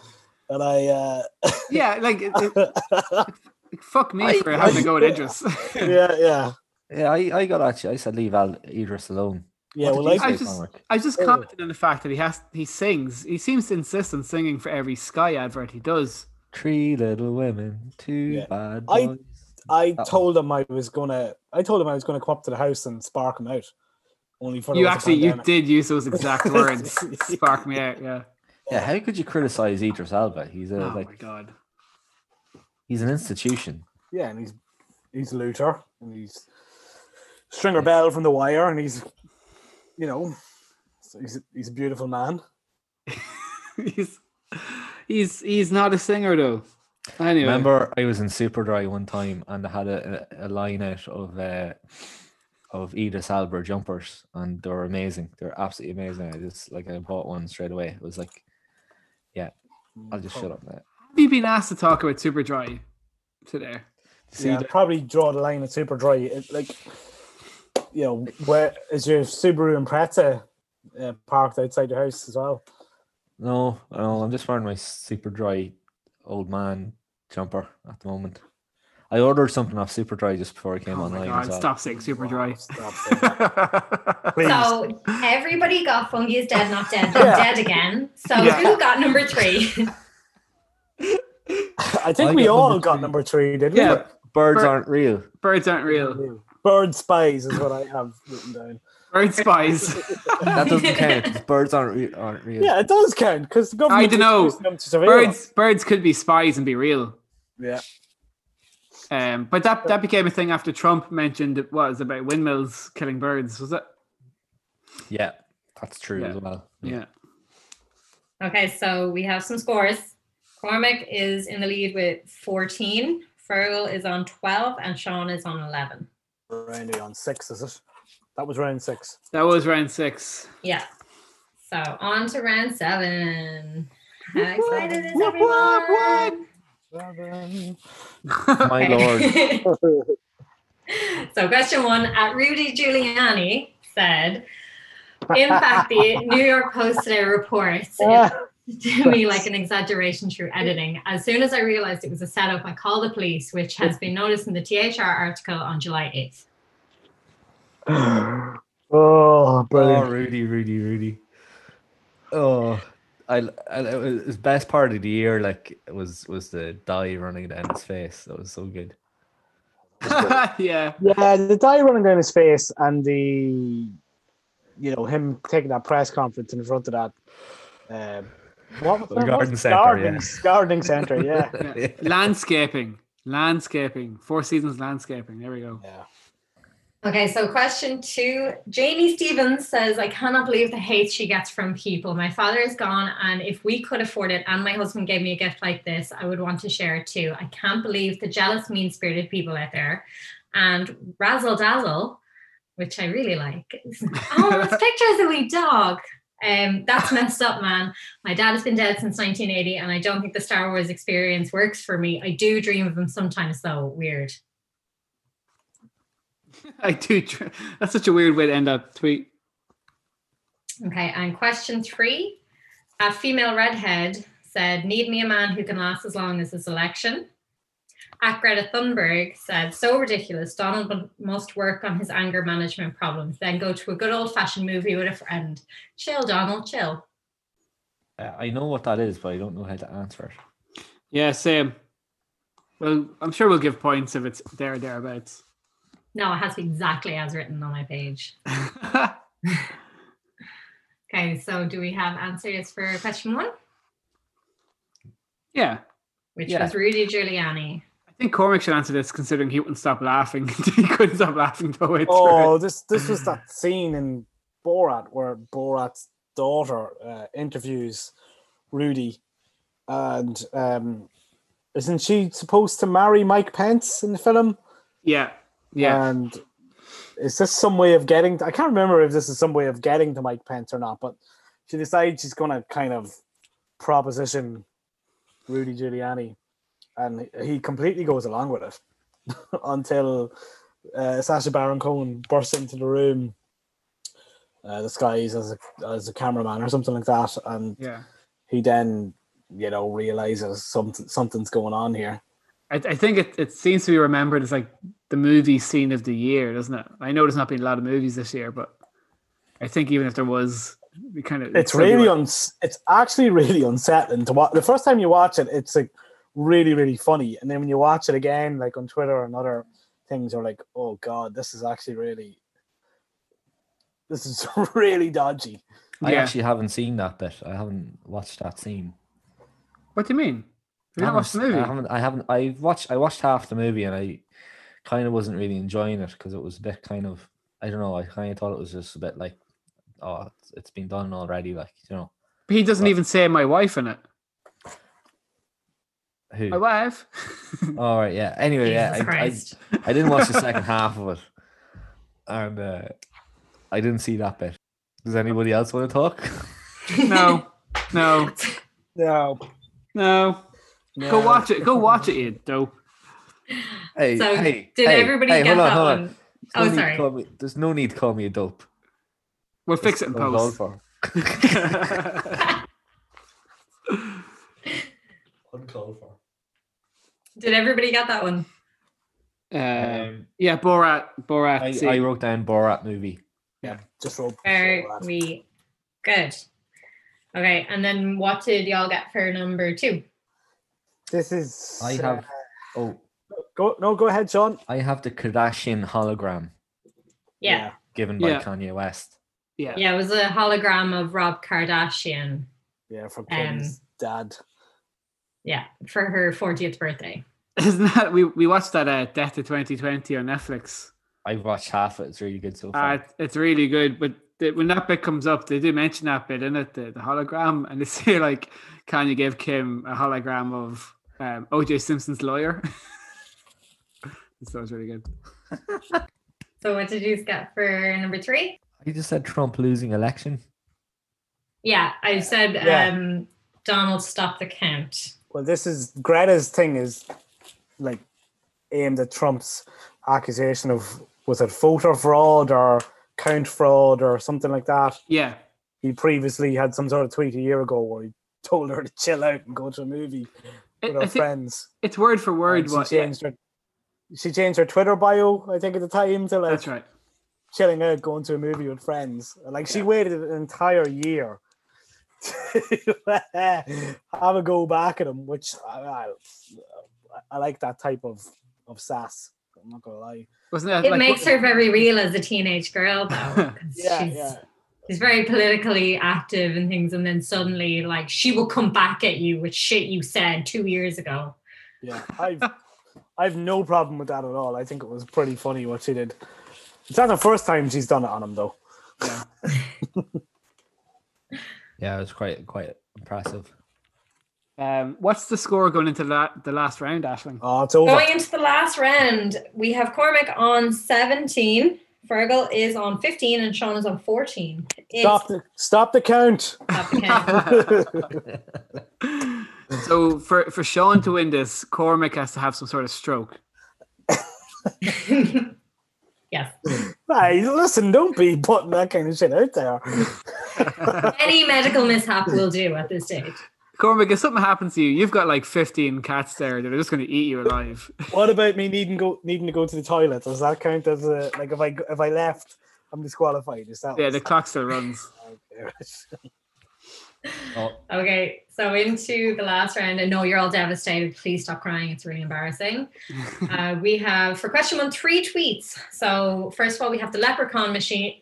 D: and I. Uh,
A: Yeah, like it- it- Like, fuck me for having to go with Idris.
D: yeah, yeah,
C: Yeah, I, I got actually. I said leave Al Idris alone.
D: yeah.
C: What
D: Well,
C: did
D: I
C: you
A: I
C: say,
A: just-
C: Cormac?
A: I was just
D: Oh.
A: commented on the fact that he has he sings. He seems to insist on singing for every Sky advert he does.
C: Three little women, two
D: Yeah.
C: bad
D: I-
C: boys.
D: I
C: That one.
D: told him I was gonna. I told him I was gonna come up to the house and spark him out. Only for
A: You
D: there was a
A: actually you
D: pandemic.
A: did use those exact words. Spark me out, yeah.
C: yeah, how could you criticize Idris Alba? He's a
A: Oh my
C: like
A: god.
C: he's an institution.
D: Yeah, and he's he's Luther and he's Stringer Bell from The Wire, and he's you know so he's a, he's a beautiful man.
A: he's he's he's not a singer though. Anyway.
C: Remember, I was in Superdry one time and I had a, a a line out of uh, of Edith Albert jumpers, and they were amazing. They were absolutely amazing. I just like I bought one straight away. It was like, yeah, I'll just shut up now.
A: Have you been asked to talk about Superdry today?
C: See,
D: Yeah, I'd probably draw the line at super dry. It, like you know, where is your Subaru Impreza uh, parked outside your house as well?
C: no, no, I'm just wearing my Superdry old man jumper at the moment. I ordered something off Superdry just before I came
A: oh my
C: online.
A: god,
C: as well.
A: stop saying Superdry.
D: Stop it. Please.
E: So everybody got fungi is dead, not dead,
D: Yeah.
E: not dead again. So
A: Yeah.
E: who got number three?
D: I think
C: I
D: we
C: got
D: all
C: number
D: got
C: three.
D: number three, didn't we?
A: yeah,
C: Birds
A: Bur-
C: aren't real.
A: birds aren't real.
D: Bird spies is what I have written down.
A: Bird spies.
C: That doesn't count. 'cause Birds aren't re- aren't real.
D: Yeah, it does count because the government
A: dunno.
D: is using them to surveil us.
A: birds birds could be spies and be real.
D: Yeah.
A: Um, but that that became a thing after Trump mentioned it was about windmills killing birds. Was it?
C: Yeah, that's true as
A: Yeah.
C: well.
A: Yeah.
E: Okay, so we have some scores. Cormac is in the lead with 14, Fergal is on 12, and Sean is on 11.
D: Rounded on six, is it? That was round six.
A: That was round six.
E: Yeah. So on to round seven. How
D: Whoop, whoop,
E: excited is
D: whoop, whoop, whoop.
E: everyone?
C: My lord.
E: Okay. so question one at Rudy Giuliani said, in fact, the New York Post today reports it to me like an exaggeration through editing. As soon as I realized it was a setup, I called the police, which has been noticed in the THR article on July 8th.
D: oh,
C: Oh,
D: brilliant.
C: Rudy, Rudy, Rudy. Oh, I, I it was his best part of the year. Like was was the dye running down his face. That was so good.
A: yeah.
D: Yeah, the guy running down his face and the, you know, him taking that press conference in front of that. Uh, what was
C: The
D: that?
C: garden
D: What's-
C: centre,
D: Gardening,
C: yeah.
D: gardening center. Yeah.
A: yeah. Landscaping. Landscaping. Four seasons landscaping. There we go.
D: yeah.
E: Okay, so question two. Jamie Stevens says, I cannot believe the hate she gets from people. My father is gone, and if we could afford it and my husband gave me a gift like this, I would want to share it too. I can't believe the jealous, mean spirited people out there. And Razzle Dazzle, which I really like. is- Oh, it's pictures of wee dog. Um, that's messed up, man. My dad has been dead since 1980, and I don't think the Star Wars experience works for me. I do dream of him sometimes, though. Weird.
A: I do. Tr- that's such a weird way to end that tweet.
E: Okay, and question three. A female redhead said, Need me a man who can last as long as this election. At Greta Thunberg said, So ridiculous. Donald mu- must work on his anger management problems, then go to a good old fashioned movie with a friend. Chill, Donald, chill.
C: Uh, I know what that is, but I don't know how to answer it.
A: Yeah, same. Well, I'm sure we'll give points if it's there or thereabouts.
E: No, it has to be exactly as written on my page. Okay, so do we have answers for question one,
A: yeah.
E: which
C: Yeah.
E: was Rudy Giuliani?
A: I think Cormac should answer this considering he wouldn't stop laughing. he couldn't stop laughing the way
D: Oh, this this was that scene in Borat where Borat's daughter uh, interviews Rudy, and um, isn't she supposed to marry Mike Pence in the film?
A: Yeah. Yeah.
C: Uh,
D: And is this some way of getting? I can't remember if this is some way of getting to Mike Pence or not, but she decides she's going to kind of proposition Rudy Giuliani, and he completely goes along with it until uh, Sasha Baron Cohen bursts into the room. Uh, disguised as a, as a cameraman or something like that, and
A: yeah.
D: he then, you know, realizes something something's going on here.
A: I, I think it, it seems to be remembered as like the movie scene of the year, doesn't it? I know there's not been a lot of movies this year, but I think even if there was, we kind of
D: it's really uns- it's actually really unsettling to watch the first time you watch it it's like really really funny and then when you watch it again like on twitter and other things you're like oh god this is actually really this is really dodgy
C: I
A: Yeah.
C: actually haven't seen that bit. I haven't watched that scene.
A: What do you mean? Have you not
C: I haven't
A: watched the
C: s-
A: movie?
C: I haven't. I haven't. I watched. I watched half the movie, and I kind of wasn't really enjoying it because it was a bit kind of. I don't know. I kind of thought it was just a bit like, oh, it's, it's been done already. Like you know,
A: He doesn't
C: Well-
A: even say my wife in it.
C: who?
A: My wife.
C: All right. Yeah. Anyway, yeah.
E: Jesus
C: I, I,
E: Christ.
C: I didn't watch the second half of it, and uh, I didn't see that bit. Does anybody else want to talk?
A: no, no,
D: no,
A: no. Go watch it. Go watch it, you dope.
C: hey,
E: So
C: hey,
E: did
C: hey,
E: everybody
C: hey,
E: get
C: hold on,
E: that
C: hold on.
E: one?
C: There's no
E: Oh,
C: need to
E: sorry.
C: call me- there's no need to call me a dope.
A: We'll fix it
C: That's
A: in
C: what I was
A: post.
C: all for.
E: Did everybody get that one?
A: Uh,
C: Um,
A: yeah, Borat. Borat.
C: I,
A: see.
C: I wrote down Borat movie.
D: yeah just roll
E: Very we good. Okay, and then what did y'all get for number two?
D: this is
C: I have. Oh,
D: go no go ahead sean
C: I have the Kardashian hologram
E: Yeah.
C: given by
A: Yeah.
C: Kanye West.
A: yeah.
E: yeah, it was a hologram of Rob Kardashian.
D: yeah, yeah from
E: Um,
D: Kim's dad
E: Yeah, for her 40th birthday.
A: Isn't that we, we watched that uh, Death to 2020 on Netflix?
C: I watched half of it. It's really good so
A: Uh,
C: far.
A: it- it's really good, but the, when that bit comes up, they do mention that bit in it, the, the hologram, and they say like, "Can you give Kim a hologram of um, OJ Simpson's lawyer?" so it's really good.
E: So what did you get for number three?
C: you just said Trump losing election.
E: Yeah, I said
D: Yeah.
E: um Donald stop the count.
D: Well, this is Greta's thing is like aimed at Trump's accusation of was it voter fraud or count fraud or something like that.
A: Yeah,
D: He previously had some sort of tweet a year ago where he told her to chill out and go to a movie
A: It-
D: with her
A: I think
D: friends.
A: it's word for word.
D: And
A: What,
D: she
A: yeah,
D: changed her she changed her Twitter bio, I think, at the time to like
A: that's right.
D: chilling out, going to a movie with friends. Like she waited an entire year have a go back at him, which I, I, I like that type of of sass. I'm not gonna lie.
A: Wasn't that
E: It
A: like-
E: makes her very real as a teenage girl, though. 'cause
D: Yeah,
E: she's,
D: yeah.
E: she's very politically active and things, and then suddenly, like, she will come back at you with shit you said two years ago.
D: Yeah, I've I've no problem with that at all. I think it was pretty funny what she did. It's not the first time she's done it on him though.
C: Yeah, it was quite quite impressive.
A: Um, what's the score going into that the last round, Ashling?
D: Oh, it's over.
E: Going into the last round, we have Cormac on 17, Fergal is on 15, and Sean is on 14. It's
D: Stop the stop the count.
E: up again.
D: Oh.
A: so for for Sean to win this, Cormac has to have some sort of stroke.
E: yes.
D: Hey, listen, don't be putting that kind of shit out there.
E: Any medical mishap will do at this stage.
A: Cormac, if something happens to you, you've got like 15 cats there that are just going to eat you alive.
D: What about me needing go needing to go to the toilet? Does that count as a like if I go- if I left, I'm disqualified? Is that
A: yeah, the clock still runs.
C: Oh,
E: Okay, so into the last round, and no, you're all devastated. Please stop crying. It's really embarrassing. uh, we have for question one three tweets. So first of all, we have the leprechaun machine.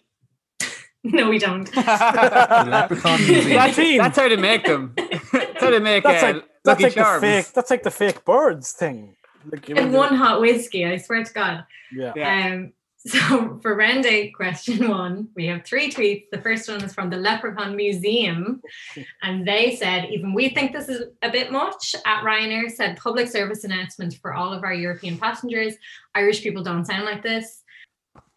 E: no, we don't.
C: the
D: that's
C: leprechaun museum.
A: That's,
D: team.
A: that's how they make them. that's how they make
D: That's
A: uh,
D: like-
A: Lucky
D: like the
A: Charms.
D: fake. That's like the fake birds thing. Like, you
E: And
D: know,
E: one hot whiskey. I swear to God.
D: yeah.
A: Yeah.
E: Um, so for round eight, question one, we have three tweets. The first one is from the Leprechaun Museum, and they said, "Even we think this is a bit much." At Ryanair said, "Public service announcement for all of our European passengers. Irish people don't sound like this."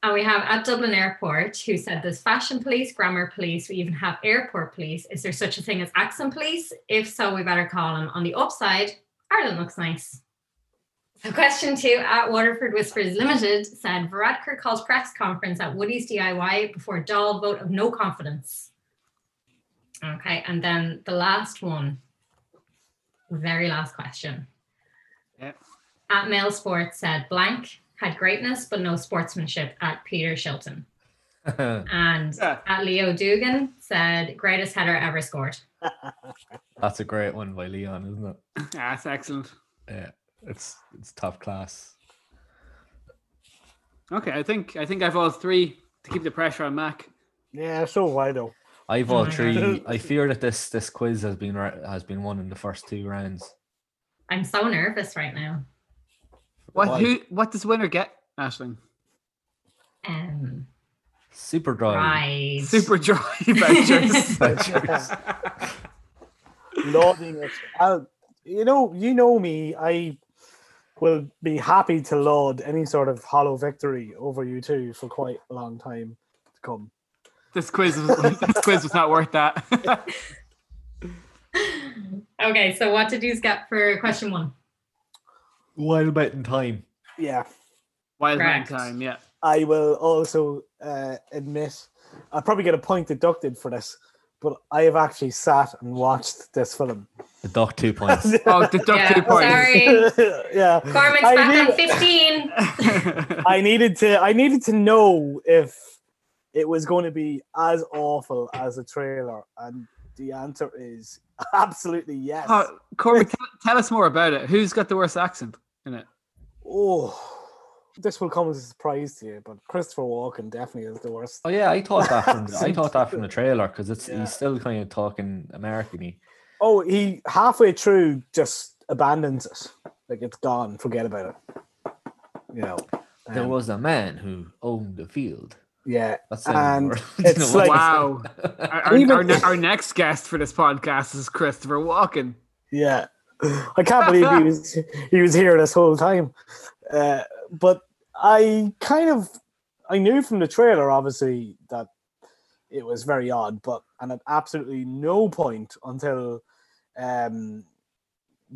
E: And we have at Dublin Airport who said there's fashion police, grammar police, we even have airport police. Is there such a thing as accent police? If so, we better call them. On the upside, Ireland looks nice. So question two at Waterford Whispers Limited said Varadkar calls press conference at Woody's DIY before Doll vote of no confidence. Okay, and then the last one, very last question.
A: Yeah.
E: At Mail Sports said blank had greatness but no sportsmanship at Peter Shilton. And
A: Yeah.
E: at Leo Dugan said greatest header ever scored.
C: That's a great one by Leon, isn't it?
A: Ah, That's excellent.
C: Yeah, it's it's top class.
A: Okay, I think I think I've all three to keep the pressure on Mac.
D: yeah, so why though?
C: I've
E: Oh
C: all
E: my God.
C: three. I fear that this this quiz has been ri- has been won in the first two rounds.
E: I'm so nervous right now.
A: What
C: Why?
A: who what does winner get, Ashling?
E: Um,
C: Super dry.
E: right.
A: Super dry vouchers.
D: lauding it. I'll, you know, you know me. I will be happy to laud any sort of hollow victory over you two for quite a long time to come.
A: this quiz was this quiz was not worth that.
E: Okay, so what did you get for question one?
C: Wild about in time.
D: Yeah,
A: Wild man
E: Correct.
A: time, yeah.
D: I will also uh, admit I'll probably get a point deducted for this, but I have actually sat and watched this film.
C: The doc two points.
A: Oh, deduct
E: Yeah,
A: two points.
E: sorry.
D: yeah,
E: Cormac's
D: Uh, I
E: back
D: knew-
E: on 15.
D: I needed to I needed to know if it was going to be as awful as a trailer and the answer is absolutely yes. Oh,
A: oh, Cormac, tell, tell us more about it. Who's got the worst accent in it?
D: Oh. this will come as a surprise to you, but Christopher Walken definitely is the worst.
C: Oh yeah, I thought that from the, I thought that from the trailer because it's
D: Yeah.
C: he's still kind of talking American-y.
D: Oh, he halfway through just abandons it. Like it's gone, forget about it. You know.
C: There
D: um,
C: was a man who owned the field.
D: yeah.
C: That's
D: And it's like-
A: Wow. Our, our,
D: Even-
A: our, ne- our next guest for this podcast is Christopher Walken.
D: Yeah, I can't believe he was he was here this whole time. Uh, but I kind of I knew from the trailer, obviously, that it was very odd. But and at absolutely no point until um,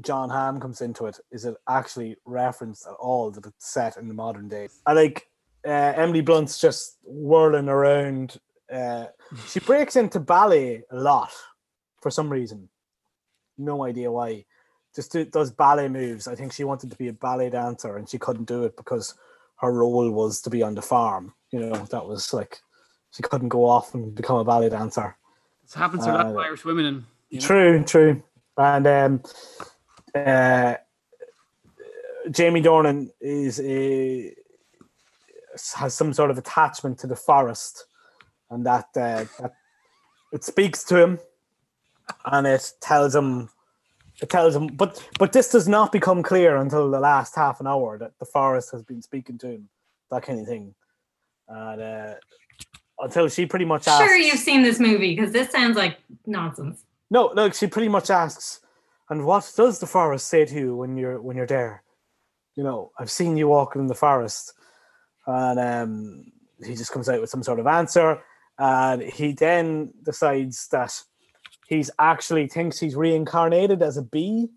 D: John Hamm comes into it is it actually referenced at all that it's set in the modern day. I like uh, Emily Blunt's just whirling around. Uh, she breaks into ballet a lot for some reason no idea why. Just do, does ballet moves. I think she wanted to be a ballet dancer and she couldn't do it because her role was to be on the farm. You know, that was like she couldn't go off and become a ballet dancer.
A: It happens to a lot of
D: Uh,
A: Irish women. And you know,
D: True, true. And um, uh, Jamie Dornan is a has some sort of attachment to the forest, and that, uh, that it speaks to him, and it tells him. It tells him, but but this does not become clear until the last half an hour that the forest has been speaking to him, that kind of thing, and uh, until she pretty much asks.
E: Sure, you've seen this movie because this sounds like nonsense.
D: No, no, she pretty much asks, and what does the forest say to you when you're when you're there? You know, I've seen you walking in the forest. And um, he just comes out with some sort of answer. And he then decides that he's actually thinks he's reincarnated as a bee.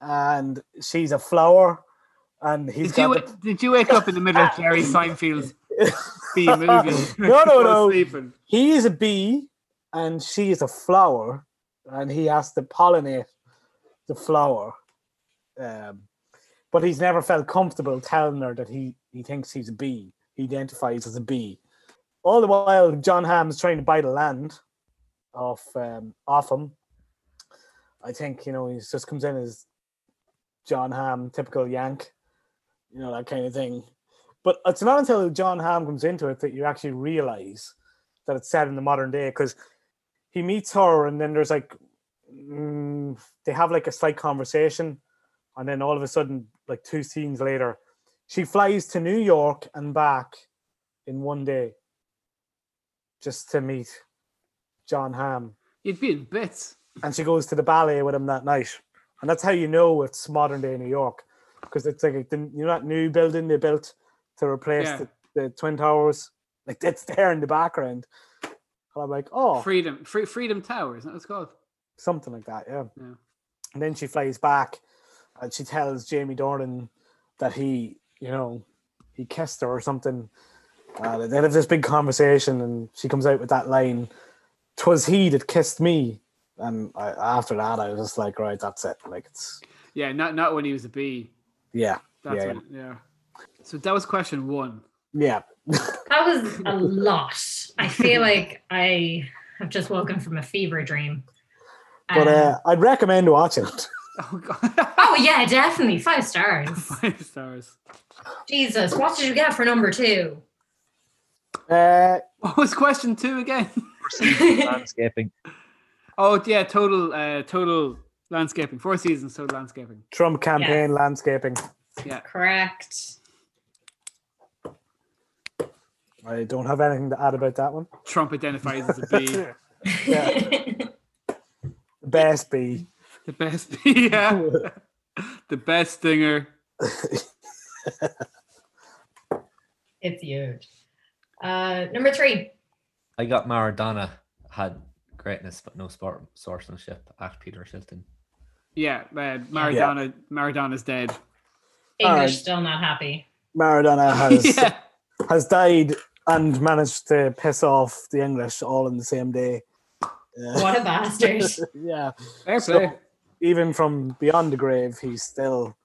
D: And she's a flower. And he's
A: did you
D: got the-
A: wa- did you wake up in the middle of Jerry Seinfeld's B movie?
D: No, no,
A: Before
D: no.
A: sleeping?
D: he is a bee and she is a flower and he has to pollinate the flower um, but he's never felt comfortable telling her that he, he thinks he's a bee he identifies as a bee all the while john ham's trying to buy the land off um, off him i think you know he just comes in as john ham typical yank you know that kind of thing but it's not until john ham comes into it that you actually realize that it's set in the modern day because he meets her and then there's like mm, they have like a slight conversation and then all of a sudden like two scenes later she flies to new york and back in one day just to meet john Hamm,
A: You'd be in bits.
D: and she goes to the ballet with him that night and that's how you know it's modern day new york because it's like the, you know that new building they built to replace
A: Yeah.
D: the, the twin towers like that's there in the background and i'm like oh
A: Freedom, free, Freedom Tower, isn't that what it's called?
D: something like that. Yeah.
A: Yeah.
D: And then she flies back, and she tells Jamie Dornan that he, you know, he kissed her or something. Uh, they have this big conversation, and she comes out with that line, "Twas he that kissed me." And I, after that, I was just like, right, that's it. Like it's
A: Yeah, not not when he was a bee.
D: yeah,
A: That's
D: Yeah,
A: yeah, when, yeah. So that was question one.
D: yeah.
E: That was a lot. I feel like I have just woken from a fever dream.
D: But
E: Um,
D: uh, I'd recommend watching it.
A: Oh god,
E: oh yeah, definitely five stars.
A: five stars.
E: Jesus, what did you get for number two?
D: Uh,
A: What was question two again?
C: Landscaping.
A: Oh yeah, total, uh, total landscaping. Four seasons, total landscaping.
D: Trump campaign landscaping.
E: Correct.
D: I don't have anything to add about that one.
A: Trump identifies as a bee.
D: Best be
A: The best, yeah. The best stinger.
E: it's huge. Uh, number three.
C: I got Maradona had greatness but no sport swordsmanship at Peter Shilton.
A: Yeah, uh, Maradona. Maradona's dead.
E: English
D: Alright.
E: still not happy.
D: Maradona has
A: yeah,
D: has died and managed to piss off the English all in the same day. Uh,
E: What a bastard.
D: yeah,
A: fair
D: So-
A: play.
D: even from beyond the grave, he's still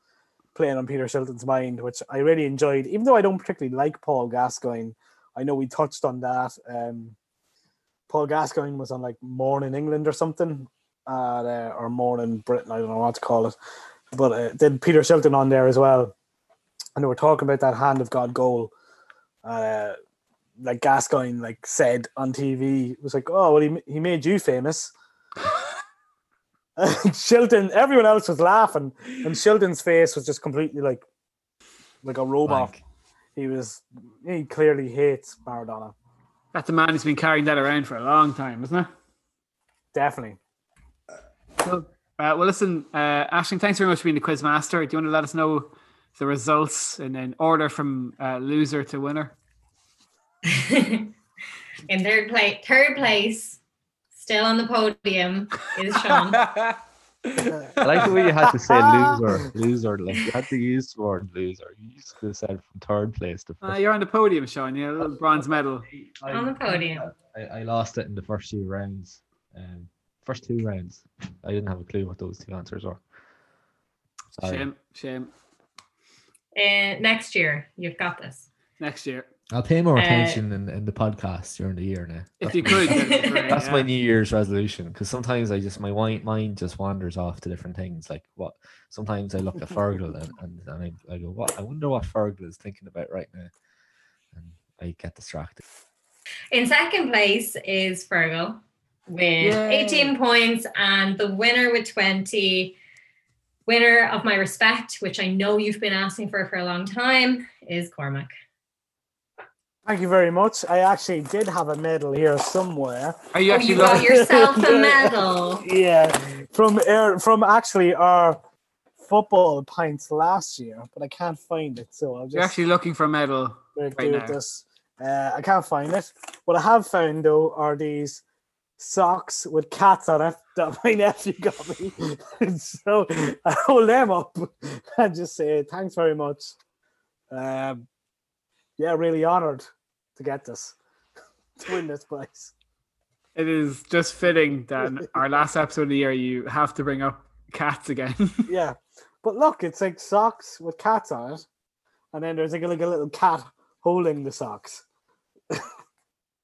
D: playing on Peter Shilton's mind, which I really enjoyed. Even though I don't particularly like Paul Gascoigne, I know we touched on that. Um, Paul Gascoigne was on like Morning England or something, uh, there- or Morning Britain, I don't know what to call it. But uh, then Peter Shilton on there as well, and they were talking about that hand of God goal. Uh, like Gascoigne, like said on TV, it was like, "Oh, well, he ma- he made you famous." Shilton, everyone else was laughing, and Shilton's face was just completely like, like a robot.
C: Like,
D: He was, he clearly hates Maradona,
A: That's a man who's been carrying that around for a long time, isn't it?
D: definitely.
A: Cool. Uh, well, listen, uh, Ashling, thanks very much for being the quiz master. Do you want to let us know the results and then order from uh, loser to winner?
E: In third place, third place, still on the podium is Sean.
C: I like the way you had to say loser, loser. Like you had to use the word loser. You used to say it from third place to
A: Uh,
C: first.
A: you're on the podium, Sean. You know, little bronze medal.
C: I-
E: on the podium.
C: I, I lost it in the first few rounds. Um, first two rounds. I didn't have a clue what those two answers were. Sorry.
A: Shame, shame.
E: Uh, next year, you've got this.
A: Next year.
F: I'll pay more
E: Uh,
F: attention in, in the podcast during the year now.
A: If you could, that'd be great,
C: That's
A: yeah.
C: my New Year's resolution because sometimes I just my wi- mind just wanders off to different things. Like what? Sometimes I look at Fergal and, and, and I, I go, "What? I wonder what Fergal is thinking about right now," and I get distracted.
E: In second place is Virgo with
A: Yay.
E: 18 points, and the winner with 20, winner of my respect, which I know you've been asking for for a long time, is Cormac.
D: Thank you very much. I actually did have a medal here somewhere.
A: Are you
E: Oh,
A: actually
E: you
A: looking?
E: got yourself a medal.
D: Yeah, from air, from actually our football pints last year, but I can't find it, so I'll
A: You're
D: just
A: actually looking for a medal.
D: uh,
A: right
D: do
A: now.
D: this. Uh, I can't find it. What I have found though are these socks with cats on it that my nephew got me. so I hold them up and just say thanks very much. Um, yeah, really honoured to get this, to win this prize.
A: It is just fitting that in our last episode of the year you have to bring up cats again.
D: yeah. But look, it's like socks with cats on it, and then there's like a, like a little cat holding the socks.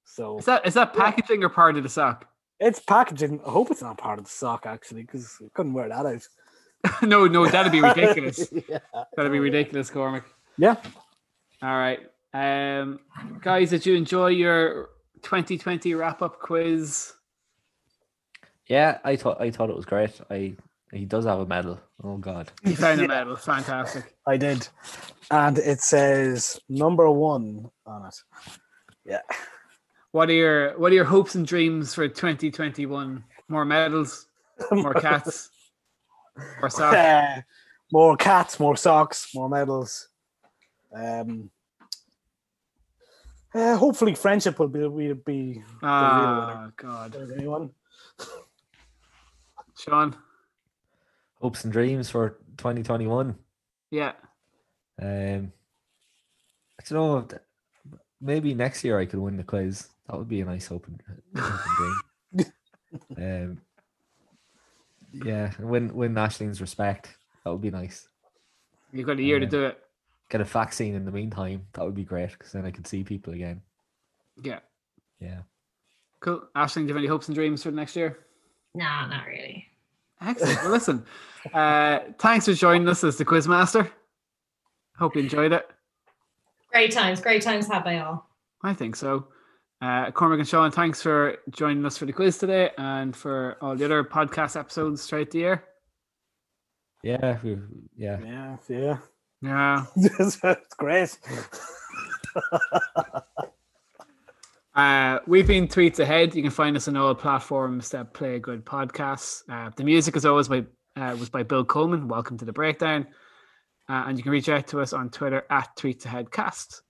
D: so
A: is that is that packaging or part of the sock?
D: it's packaging. I hope it's not part of the sock actually, because I couldn't wear that out.
A: no, no, that'd be ridiculous.
D: yeah.
A: That'd be ridiculous, Cormac.
D: Yeah.
A: All right. Um guys, did you enjoy your 2020 wrap-up quiz?
C: Yeah, I thought I thought it was great. I he does have a medal. Oh God,
A: You found
D: Yeah.
A: a medal. Fantastic.
D: I did, and it says number one on it.
A: What are your what are your hopes and dreams for 2021? More medals, more cats, more socks.
D: Uh, more cats, more socks, more medals. Um, uh, hopefully, friendship will be will be
A: Ah, God.
D: with anyone.
A: Sean.
C: hopes and dreams for 2021.
A: Yeah.
C: Um, I don't know. if th- Maybe next year I could win the quiz. That would be a nice open, open dream. um, yeah, and win win Ashling's respect. That would be nice.
A: You've got a year to
C: Um,
A: do it.
C: Get a vaccine in the meantime. That would be great because then I could see people again.
A: Yeah.
C: Yeah.
A: Cool. Ashling, do you have any hopes and dreams for next year?
E: No, not really.
A: Excellent. Well, listen, uh, thanks for joining us as the Quizmaster. Hope you enjoyed it.
E: Great times, great times had by all.
A: I think so. Uh, Cormac and Sean, thanks for joining us for the quiz today and for all the other podcast episodes throughout the year.
C: Yeah. We, yeah.
D: Yeah, yeah,
A: Yeah.
D: it's great.
A: Uh, we've been Tweets Ahead. You can find us on all platforms that play good podcasts. Uh, the music, as always, by, uh, was by Bill Coleman. Welcome to the breakdown. Uh, and you can reach out to us on Twitter at Tweets Ahead Cast.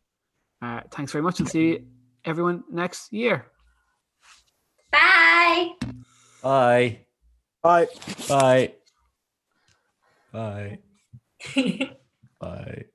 A: Uh, thanks very much and see everyone next year.
E: Bye.
C: Bye.
D: Bye.
C: Bye. Bye. Bye.